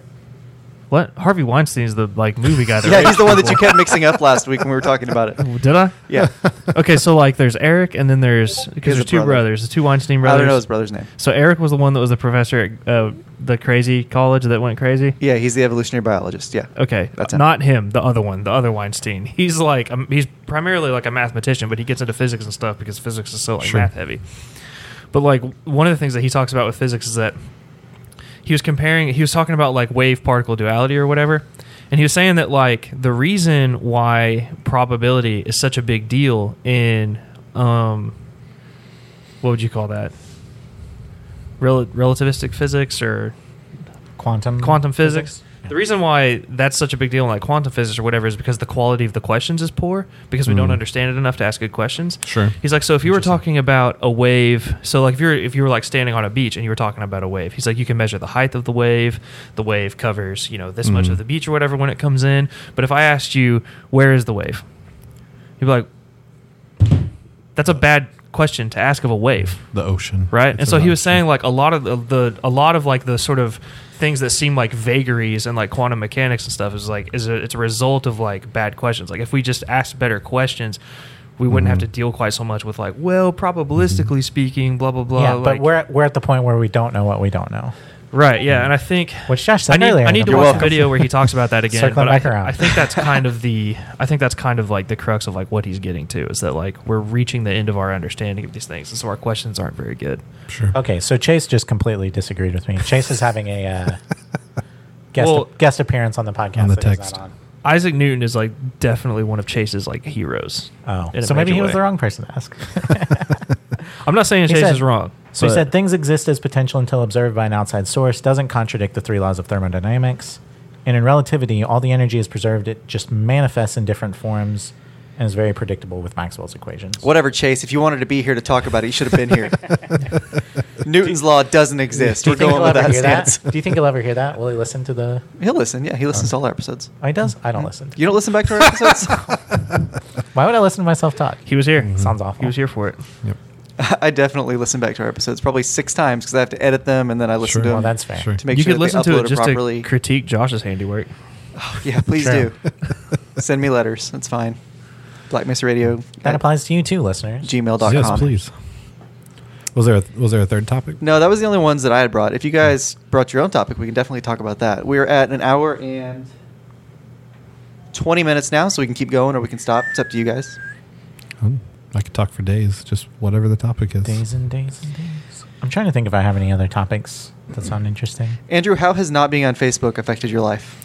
S3: What? Harvey Weinstein's the like movie guy. that
S2: *laughs* yeah,
S3: rapes
S2: he's the one that you
S3: people.
S2: kept mixing up last week when we were talking about it.
S3: *laughs* Did I?
S2: Yeah,
S3: *laughs* Okay, so like there's Eric, and then there's because
S2: His
S3: there's two
S2: brother.
S3: brothers, the two Weinstein brothers.
S2: I don't know his brother's name.
S3: So Eric was the one that was the professor at uh, the crazy college that went crazy.
S2: Yeah, he's the evolutionary biologist. Yeah.
S3: Okay, uh,
S2: That's him.
S3: not him. The other one, the other Weinstein. He's like um, he's primarily like a mathematician, but he gets into physics and stuff because physics is so like
S1: Sure.
S3: math heavy. But like one of the things that he talks about with physics is that he was comparing. He was talking about like wave particle duality or whatever, and he was saying that like the reason why probability is such a big deal in um, what would you call that? Rel- relativistic physics or
S1: Mm-hmm.
S4: Quantum.
S3: quantum physics. The reason why that's such a big deal in like quantum physics or whatever is because the quality of the questions is poor because we don't
S1: Mm.
S3: understand it enough to ask good questions.
S1: Sure.
S3: He's like, so if you were
S1: Interesting.
S3: talking about a wave, so like if you're if you were like standing on a beach and you were talking about a wave, he's like, you can measure the height of the wave. The wave covers you know this much
S1: Mm.
S3: of the beach or whatever when it comes in. But if I asked you where is the wave, you'd be like, that's a bad question to ask of a wave
S1: The ocean.
S3: right?
S1: It's
S3: and so
S1: an
S3: he was
S1: ocean.
S3: saying like a lot of the, the a lot of like the sort of things that seem like vagaries and like quantum mechanics and stuff is like is a, it's a result of like bad questions. Like if we just asked better questions, we wouldn't have
S1: Mhm.
S3: to deal quite so much with like well probabilistically speaking, blah blah blah.
S4: yeah,
S3: like-
S4: but we're at, we're at the point where we don't know what we don't know.
S3: right, yeah, and I think
S4: Which Josh said
S3: I need,
S4: earlier.
S3: I need to
S2: You're
S3: watch
S2: welcome.
S3: a video where he talks about
S4: *laughs*
S3: that again.
S4: Circling
S3: but I,
S4: back around.
S3: I think that's kind of the I think that's kind of like the crux of like what he's getting to is that like we're reaching the end of our understanding of these things, and so our questions aren't very good.
S1: Sure.
S4: Okay, so Chase just completely disagreed with me. Chase is having a uh,
S3: *laughs*
S2: *laughs*
S4: guest
S3: Well-
S4: guest appearance on the podcast.
S1: On the
S4: that he's
S1: text.
S4: not on.
S3: Isaac Newton is like definitely one of Chase's like heroes.
S4: Oh,
S3: in a
S4: so maybe
S3: major
S4: he was
S3: way.
S4: the wrong person to ask.
S3: *laughs* I'm not saying
S4: He
S3: Chase
S4: said-
S3: is wrong.
S4: so he
S3: but-
S4: said things exist as potential until observed by an outside source. Doesn't contradict the three laws of thermodynamics. And in relativity, all the energy is preserved. It just manifests in different forms and is very predictable with Maxwell's equations.
S2: Whatever, Chase. If you wanted to be here to talk about it, you should have been
S3: *laughs*
S2: here. *laughs* Newton's law doesn't exist.
S4: Do
S2: We're
S4: you think
S2: going
S4: he'll
S2: with
S4: ever
S2: that
S4: hear that?
S2: stance.
S4: Do you think he'll ever hear that? Will he listen to the?
S2: He'll listen. Yeah, he listens to all our episodes.
S4: Oh, he does. I don't listen.
S2: You don't listen back to our episodes?
S1: *laughs*
S4: *laughs* Why would I listen to myself talk?
S3: he was here.
S1: Mm-hmm.
S4: Sounds awful.
S3: He was here for it.
S1: Yep.
S2: *laughs* I definitely listen back to our episodes probably six times because I have to edit them and then I listen
S1: Sure.
S2: to them
S4: Well, that's fair.
S1: Sure.
S2: to make
S3: you
S2: sure
S3: could
S2: that
S3: listen
S2: they
S3: to
S2: upload
S3: it just
S2: properly.
S3: to critique Josh's handiwork.
S2: Oh, yeah, please
S4: Sure.
S2: do. Send me letters. That's fine. Black Mesa Radio.
S4: That applies to you too, listeners.
S2: Gmail.com.
S1: Yes, please. Was there a, was there a third topic?
S2: No, that was the only ones that I had brought. If you guys brought your own topic, we can definitely talk about that. We are at an hour and 20 minutes now, so we can keep going or we can stop. It's up to you guys.
S1: Um, I could talk for days, just whatever the topic is.
S4: Days and days and days. I'm trying to think if I have any other topics that sound interesting.
S2: Andrew, how has not being on Facebook affected your life?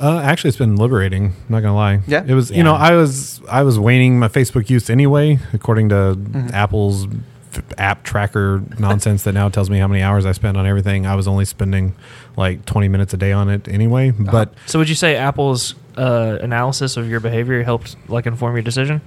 S1: Uh, actually, it's been liberating. I'm not gonna lie.
S2: Yeah?
S1: it was. You know,
S4: Yeah.
S1: I was I was waning my Facebook use anyway, according to
S4: Mm-hmm.
S2: Mhm.
S1: Apple's f- app
S4: *laughs*
S1: tracker nonsense that now tells me how many hours I spend on everything. I was only spending like 20 minutes a day on it anyway.
S4: Uh-huh.
S1: But
S3: So would you say Apple's uh, analysis of your behavior helped like inform your decision?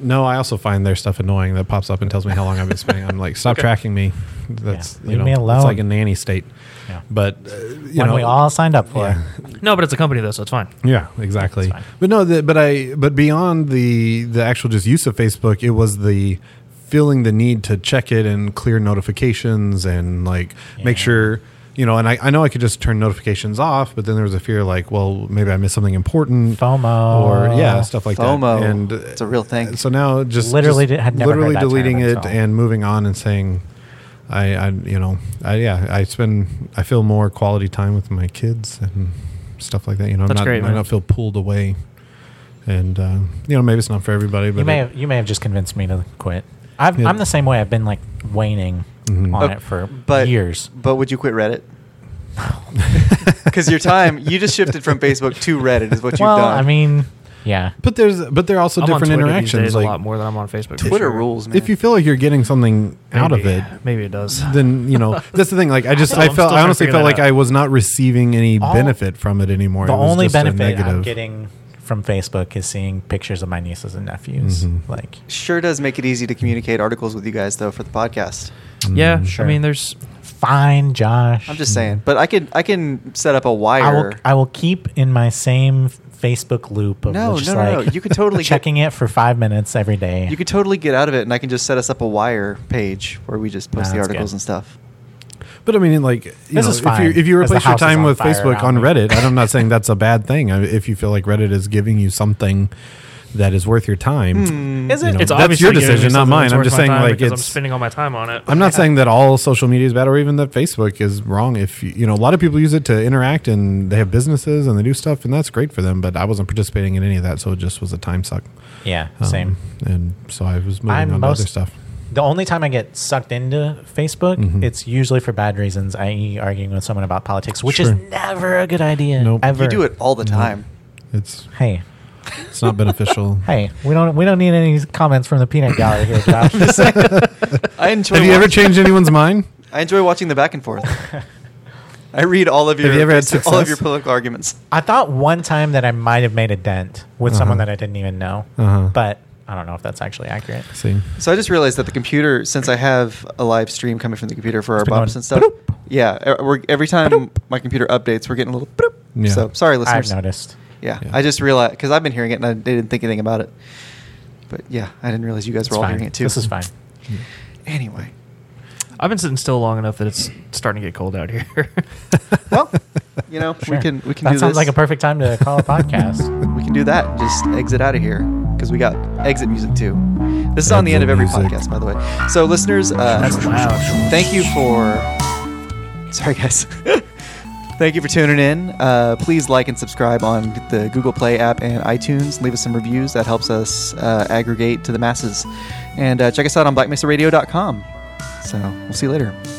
S1: no, I also find their stuff annoying that pops up and tells me how long I've been spending. I'm like,
S4: *laughs*
S1: stop tracking me. That's
S4: Yeah,
S1: you
S4: leave
S1: know,
S4: me alone.
S1: it's like a nanny state.
S4: Yeah.
S1: But uh, you
S4: One
S1: know,
S4: we all signed up for.
S1: Yeah.
S3: No, but it's a company though, so it's fine.
S1: Yeah, exactly.
S4: That's fine.
S1: But no, the, but I but beyond the the actual just use of Facebook, it was the feeling the need to check it and clear notifications and like make
S4: Yeah.
S1: sure you know. And I, I know I could just turn notifications off, but then there was a fear like, well, maybe I missed something important,
S4: FOMO.
S1: or yeah, stuff like
S2: FOMO.
S1: that. And uh,
S2: It's a real thing.
S1: So now just
S4: Literally
S1: just
S4: di- had never heard
S1: literally
S4: that term
S1: deleting it
S4: until-
S1: and moving on and saying. I, I, you know, I, yeah, I spend, I feel more quality time with my kids and stuff like that. You know, I'm
S3: That's
S1: not,
S3: great,
S1: I
S3: man.
S1: don't feel pulled away. And, uh, you know, maybe it's not for everybody, but
S4: You may
S1: it-
S4: have you may have just convinced me to quit. I've,
S1: Yeah.
S4: I'm the same way. I've been like waning on
S2: Uh,
S4: it for
S2: but,
S4: years.
S2: But would you quit Reddit?
S4: *laughs*
S1: *laughs*
S2: Because your time, you just shifted from Facebook to Reddit, is what you've
S4: well,
S2: done.
S4: I mean, yeah.
S1: but there's, but there are also
S3: I'm on
S1: different
S3: Twitter
S1: interactions.
S3: these days
S1: like,
S3: a lot more than I'm on Facebook. for
S2: Twitter
S3: sure.
S2: rules, man.
S1: if you feel like you're getting something out of
S3: Maybe.
S1: it,
S3: maybe it does.
S1: then, you
S4: *laughs*
S1: know, that's the thing. Like, I just,
S3: still-
S1: I
S3: I'm still
S1: felt, I
S3: trying to
S1: honestly
S3: figure
S1: felt
S3: that
S1: like
S3: out.
S1: I was not receiving any
S4: All-
S1: benefit from it anymore.
S4: The
S1: It was
S4: only
S1: just a
S4: benefit I'm
S1: negative.
S4: getting from Facebook is seeing pictures of my nieces and nephews.
S1: Mhm.
S4: Like,
S2: sure does make it easy to communicate articles with you guys, though, for the podcast.
S1: Mm,
S3: yeah,
S4: sure.
S3: I mean, there's
S4: fine, Josh.
S2: I'm just saying, but I could I can set up a wire.
S4: Hmm. I will, I will keep in my same Facebook loop of
S2: No,
S4: just
S2: no, no, no.
S4: like
S2: You could
S4: *laughs*
S2: totally get-
S4: checking it for five minutes every day.
S2: you could totally get out of it, and I can just set us up a wire page where we just post
S4: Nah,
S2: the
S4: that's
S2: articles
S4: good.
S2: and stuff.
S1: But I mean, like you
S4: This
S1: know,
S4: is fine,
S1: if you if you
S4: as the
S1: replace your
S4: house is
S1: time
S4: on
S1: with
S4: fire
S1: Facebook on
S4: around me.
S1: Reddit, I'm not saying that's a bad thing. I- If you feel like Reddit is giving you something that is worth your time,
S4: Hmm. Is
S1: you know,
S4: it?
S3: It's
S1: that's
S3: obviously
S1: your
S3: giving me
S1: decision, not
S3: something
S1: mine.
S3: that's
S1: I'm
S3: worth
S1: just
S3: my
S1: saying,
S3: time
S1: like,
S3: because I'm
S1: it's-
S3: spending all my time on it.
S1: I'm not saying that all social media is bad or even that Facebook is wrong. If you, you know, a lot of people use it to interact and they have businesses and they do stuff, and that's great for them. But I wasn't participating in any of that, so it just was a time suck.
S4: yeah,
S1: Um,
S4: same.
S1: And so I was moving
S4: I'm
S1: on
S4: most-
S1: to other stuff.
S4: The only time I get sucked into Facebook,
S1: Mm-hmm.
S4: it's usually for bad reasons, i.e., arguing with someone about politics, which
S1: Sure.
S4: is never a good idea.
S1: Nope. You
S4: Ever.
S2: You do it all the time.
S1: It's
S4: Hey,
S1: it's not beneficial.
S4: *laughs* hey, we don't we don't need any comments from the peanut gallery
S1: *laughs*
S4: here, Josh. *laughs*
S2: I enjoy.
S1: Have you ever
S2: watch-
S1: changed anyone's mind?
S2: I enjoy watching the back and forth. I read all of your
S1: Have you ever had
S2: *laughs* all of
S1: success?
S2: your political arguments.
S4: I thought one time that I might have made a dent with someone that I didn't even know,
S1: Uh-huh.
S4: but I don't know if that's actually accurate.
S1: See,
S2: So I just realized that the computer, since I have a live stream coming from the computer for our
S4: been
S2: bombs
S4: going
S2: and stuff,
S4: bloop.
S2: yeah, e- we're, every time my computer updates, we're getting a little. Bloop.
S1: Yeah.
S2: So sorry,
S4: I've
S2: listeners.
S4: noticed.
S2: Yeah,
S1: Yeah.
S2: I just realized because I've been hearing it and I didn't think anything about it. But yeah, I didn't realize you guys
S4: It's
S2: were all
S4: fine.
S2: hearing it too.
S4: This is fine.
S2: Anyway,
S3: I've been sitting still long enough that it's starting to get cold
S1: *laughs*
S3: out here.
S2: well, you know,
S4: Sure.
S2: we can we can
S4: that
S2: do
S4: sounds
S2: this.
S4: like a perfect time to
S1: *laughs*
S4: call a podcast.
S2: we can do that. Just exit out of here because we got exit music too. This is on the end of
S1: Exit
S2: every
S1: music.
S2: podcast, by the way. So listeners, uh,
S3: That's loud.
S2: thank you for sorry guys *laughs* thank you for tuning in uh, please like and subscribe on the google play app and itunes leave us some reviews that helps us uh, aggregate to the masses and uh, check us out on blackmesaradio.com so we'll see you later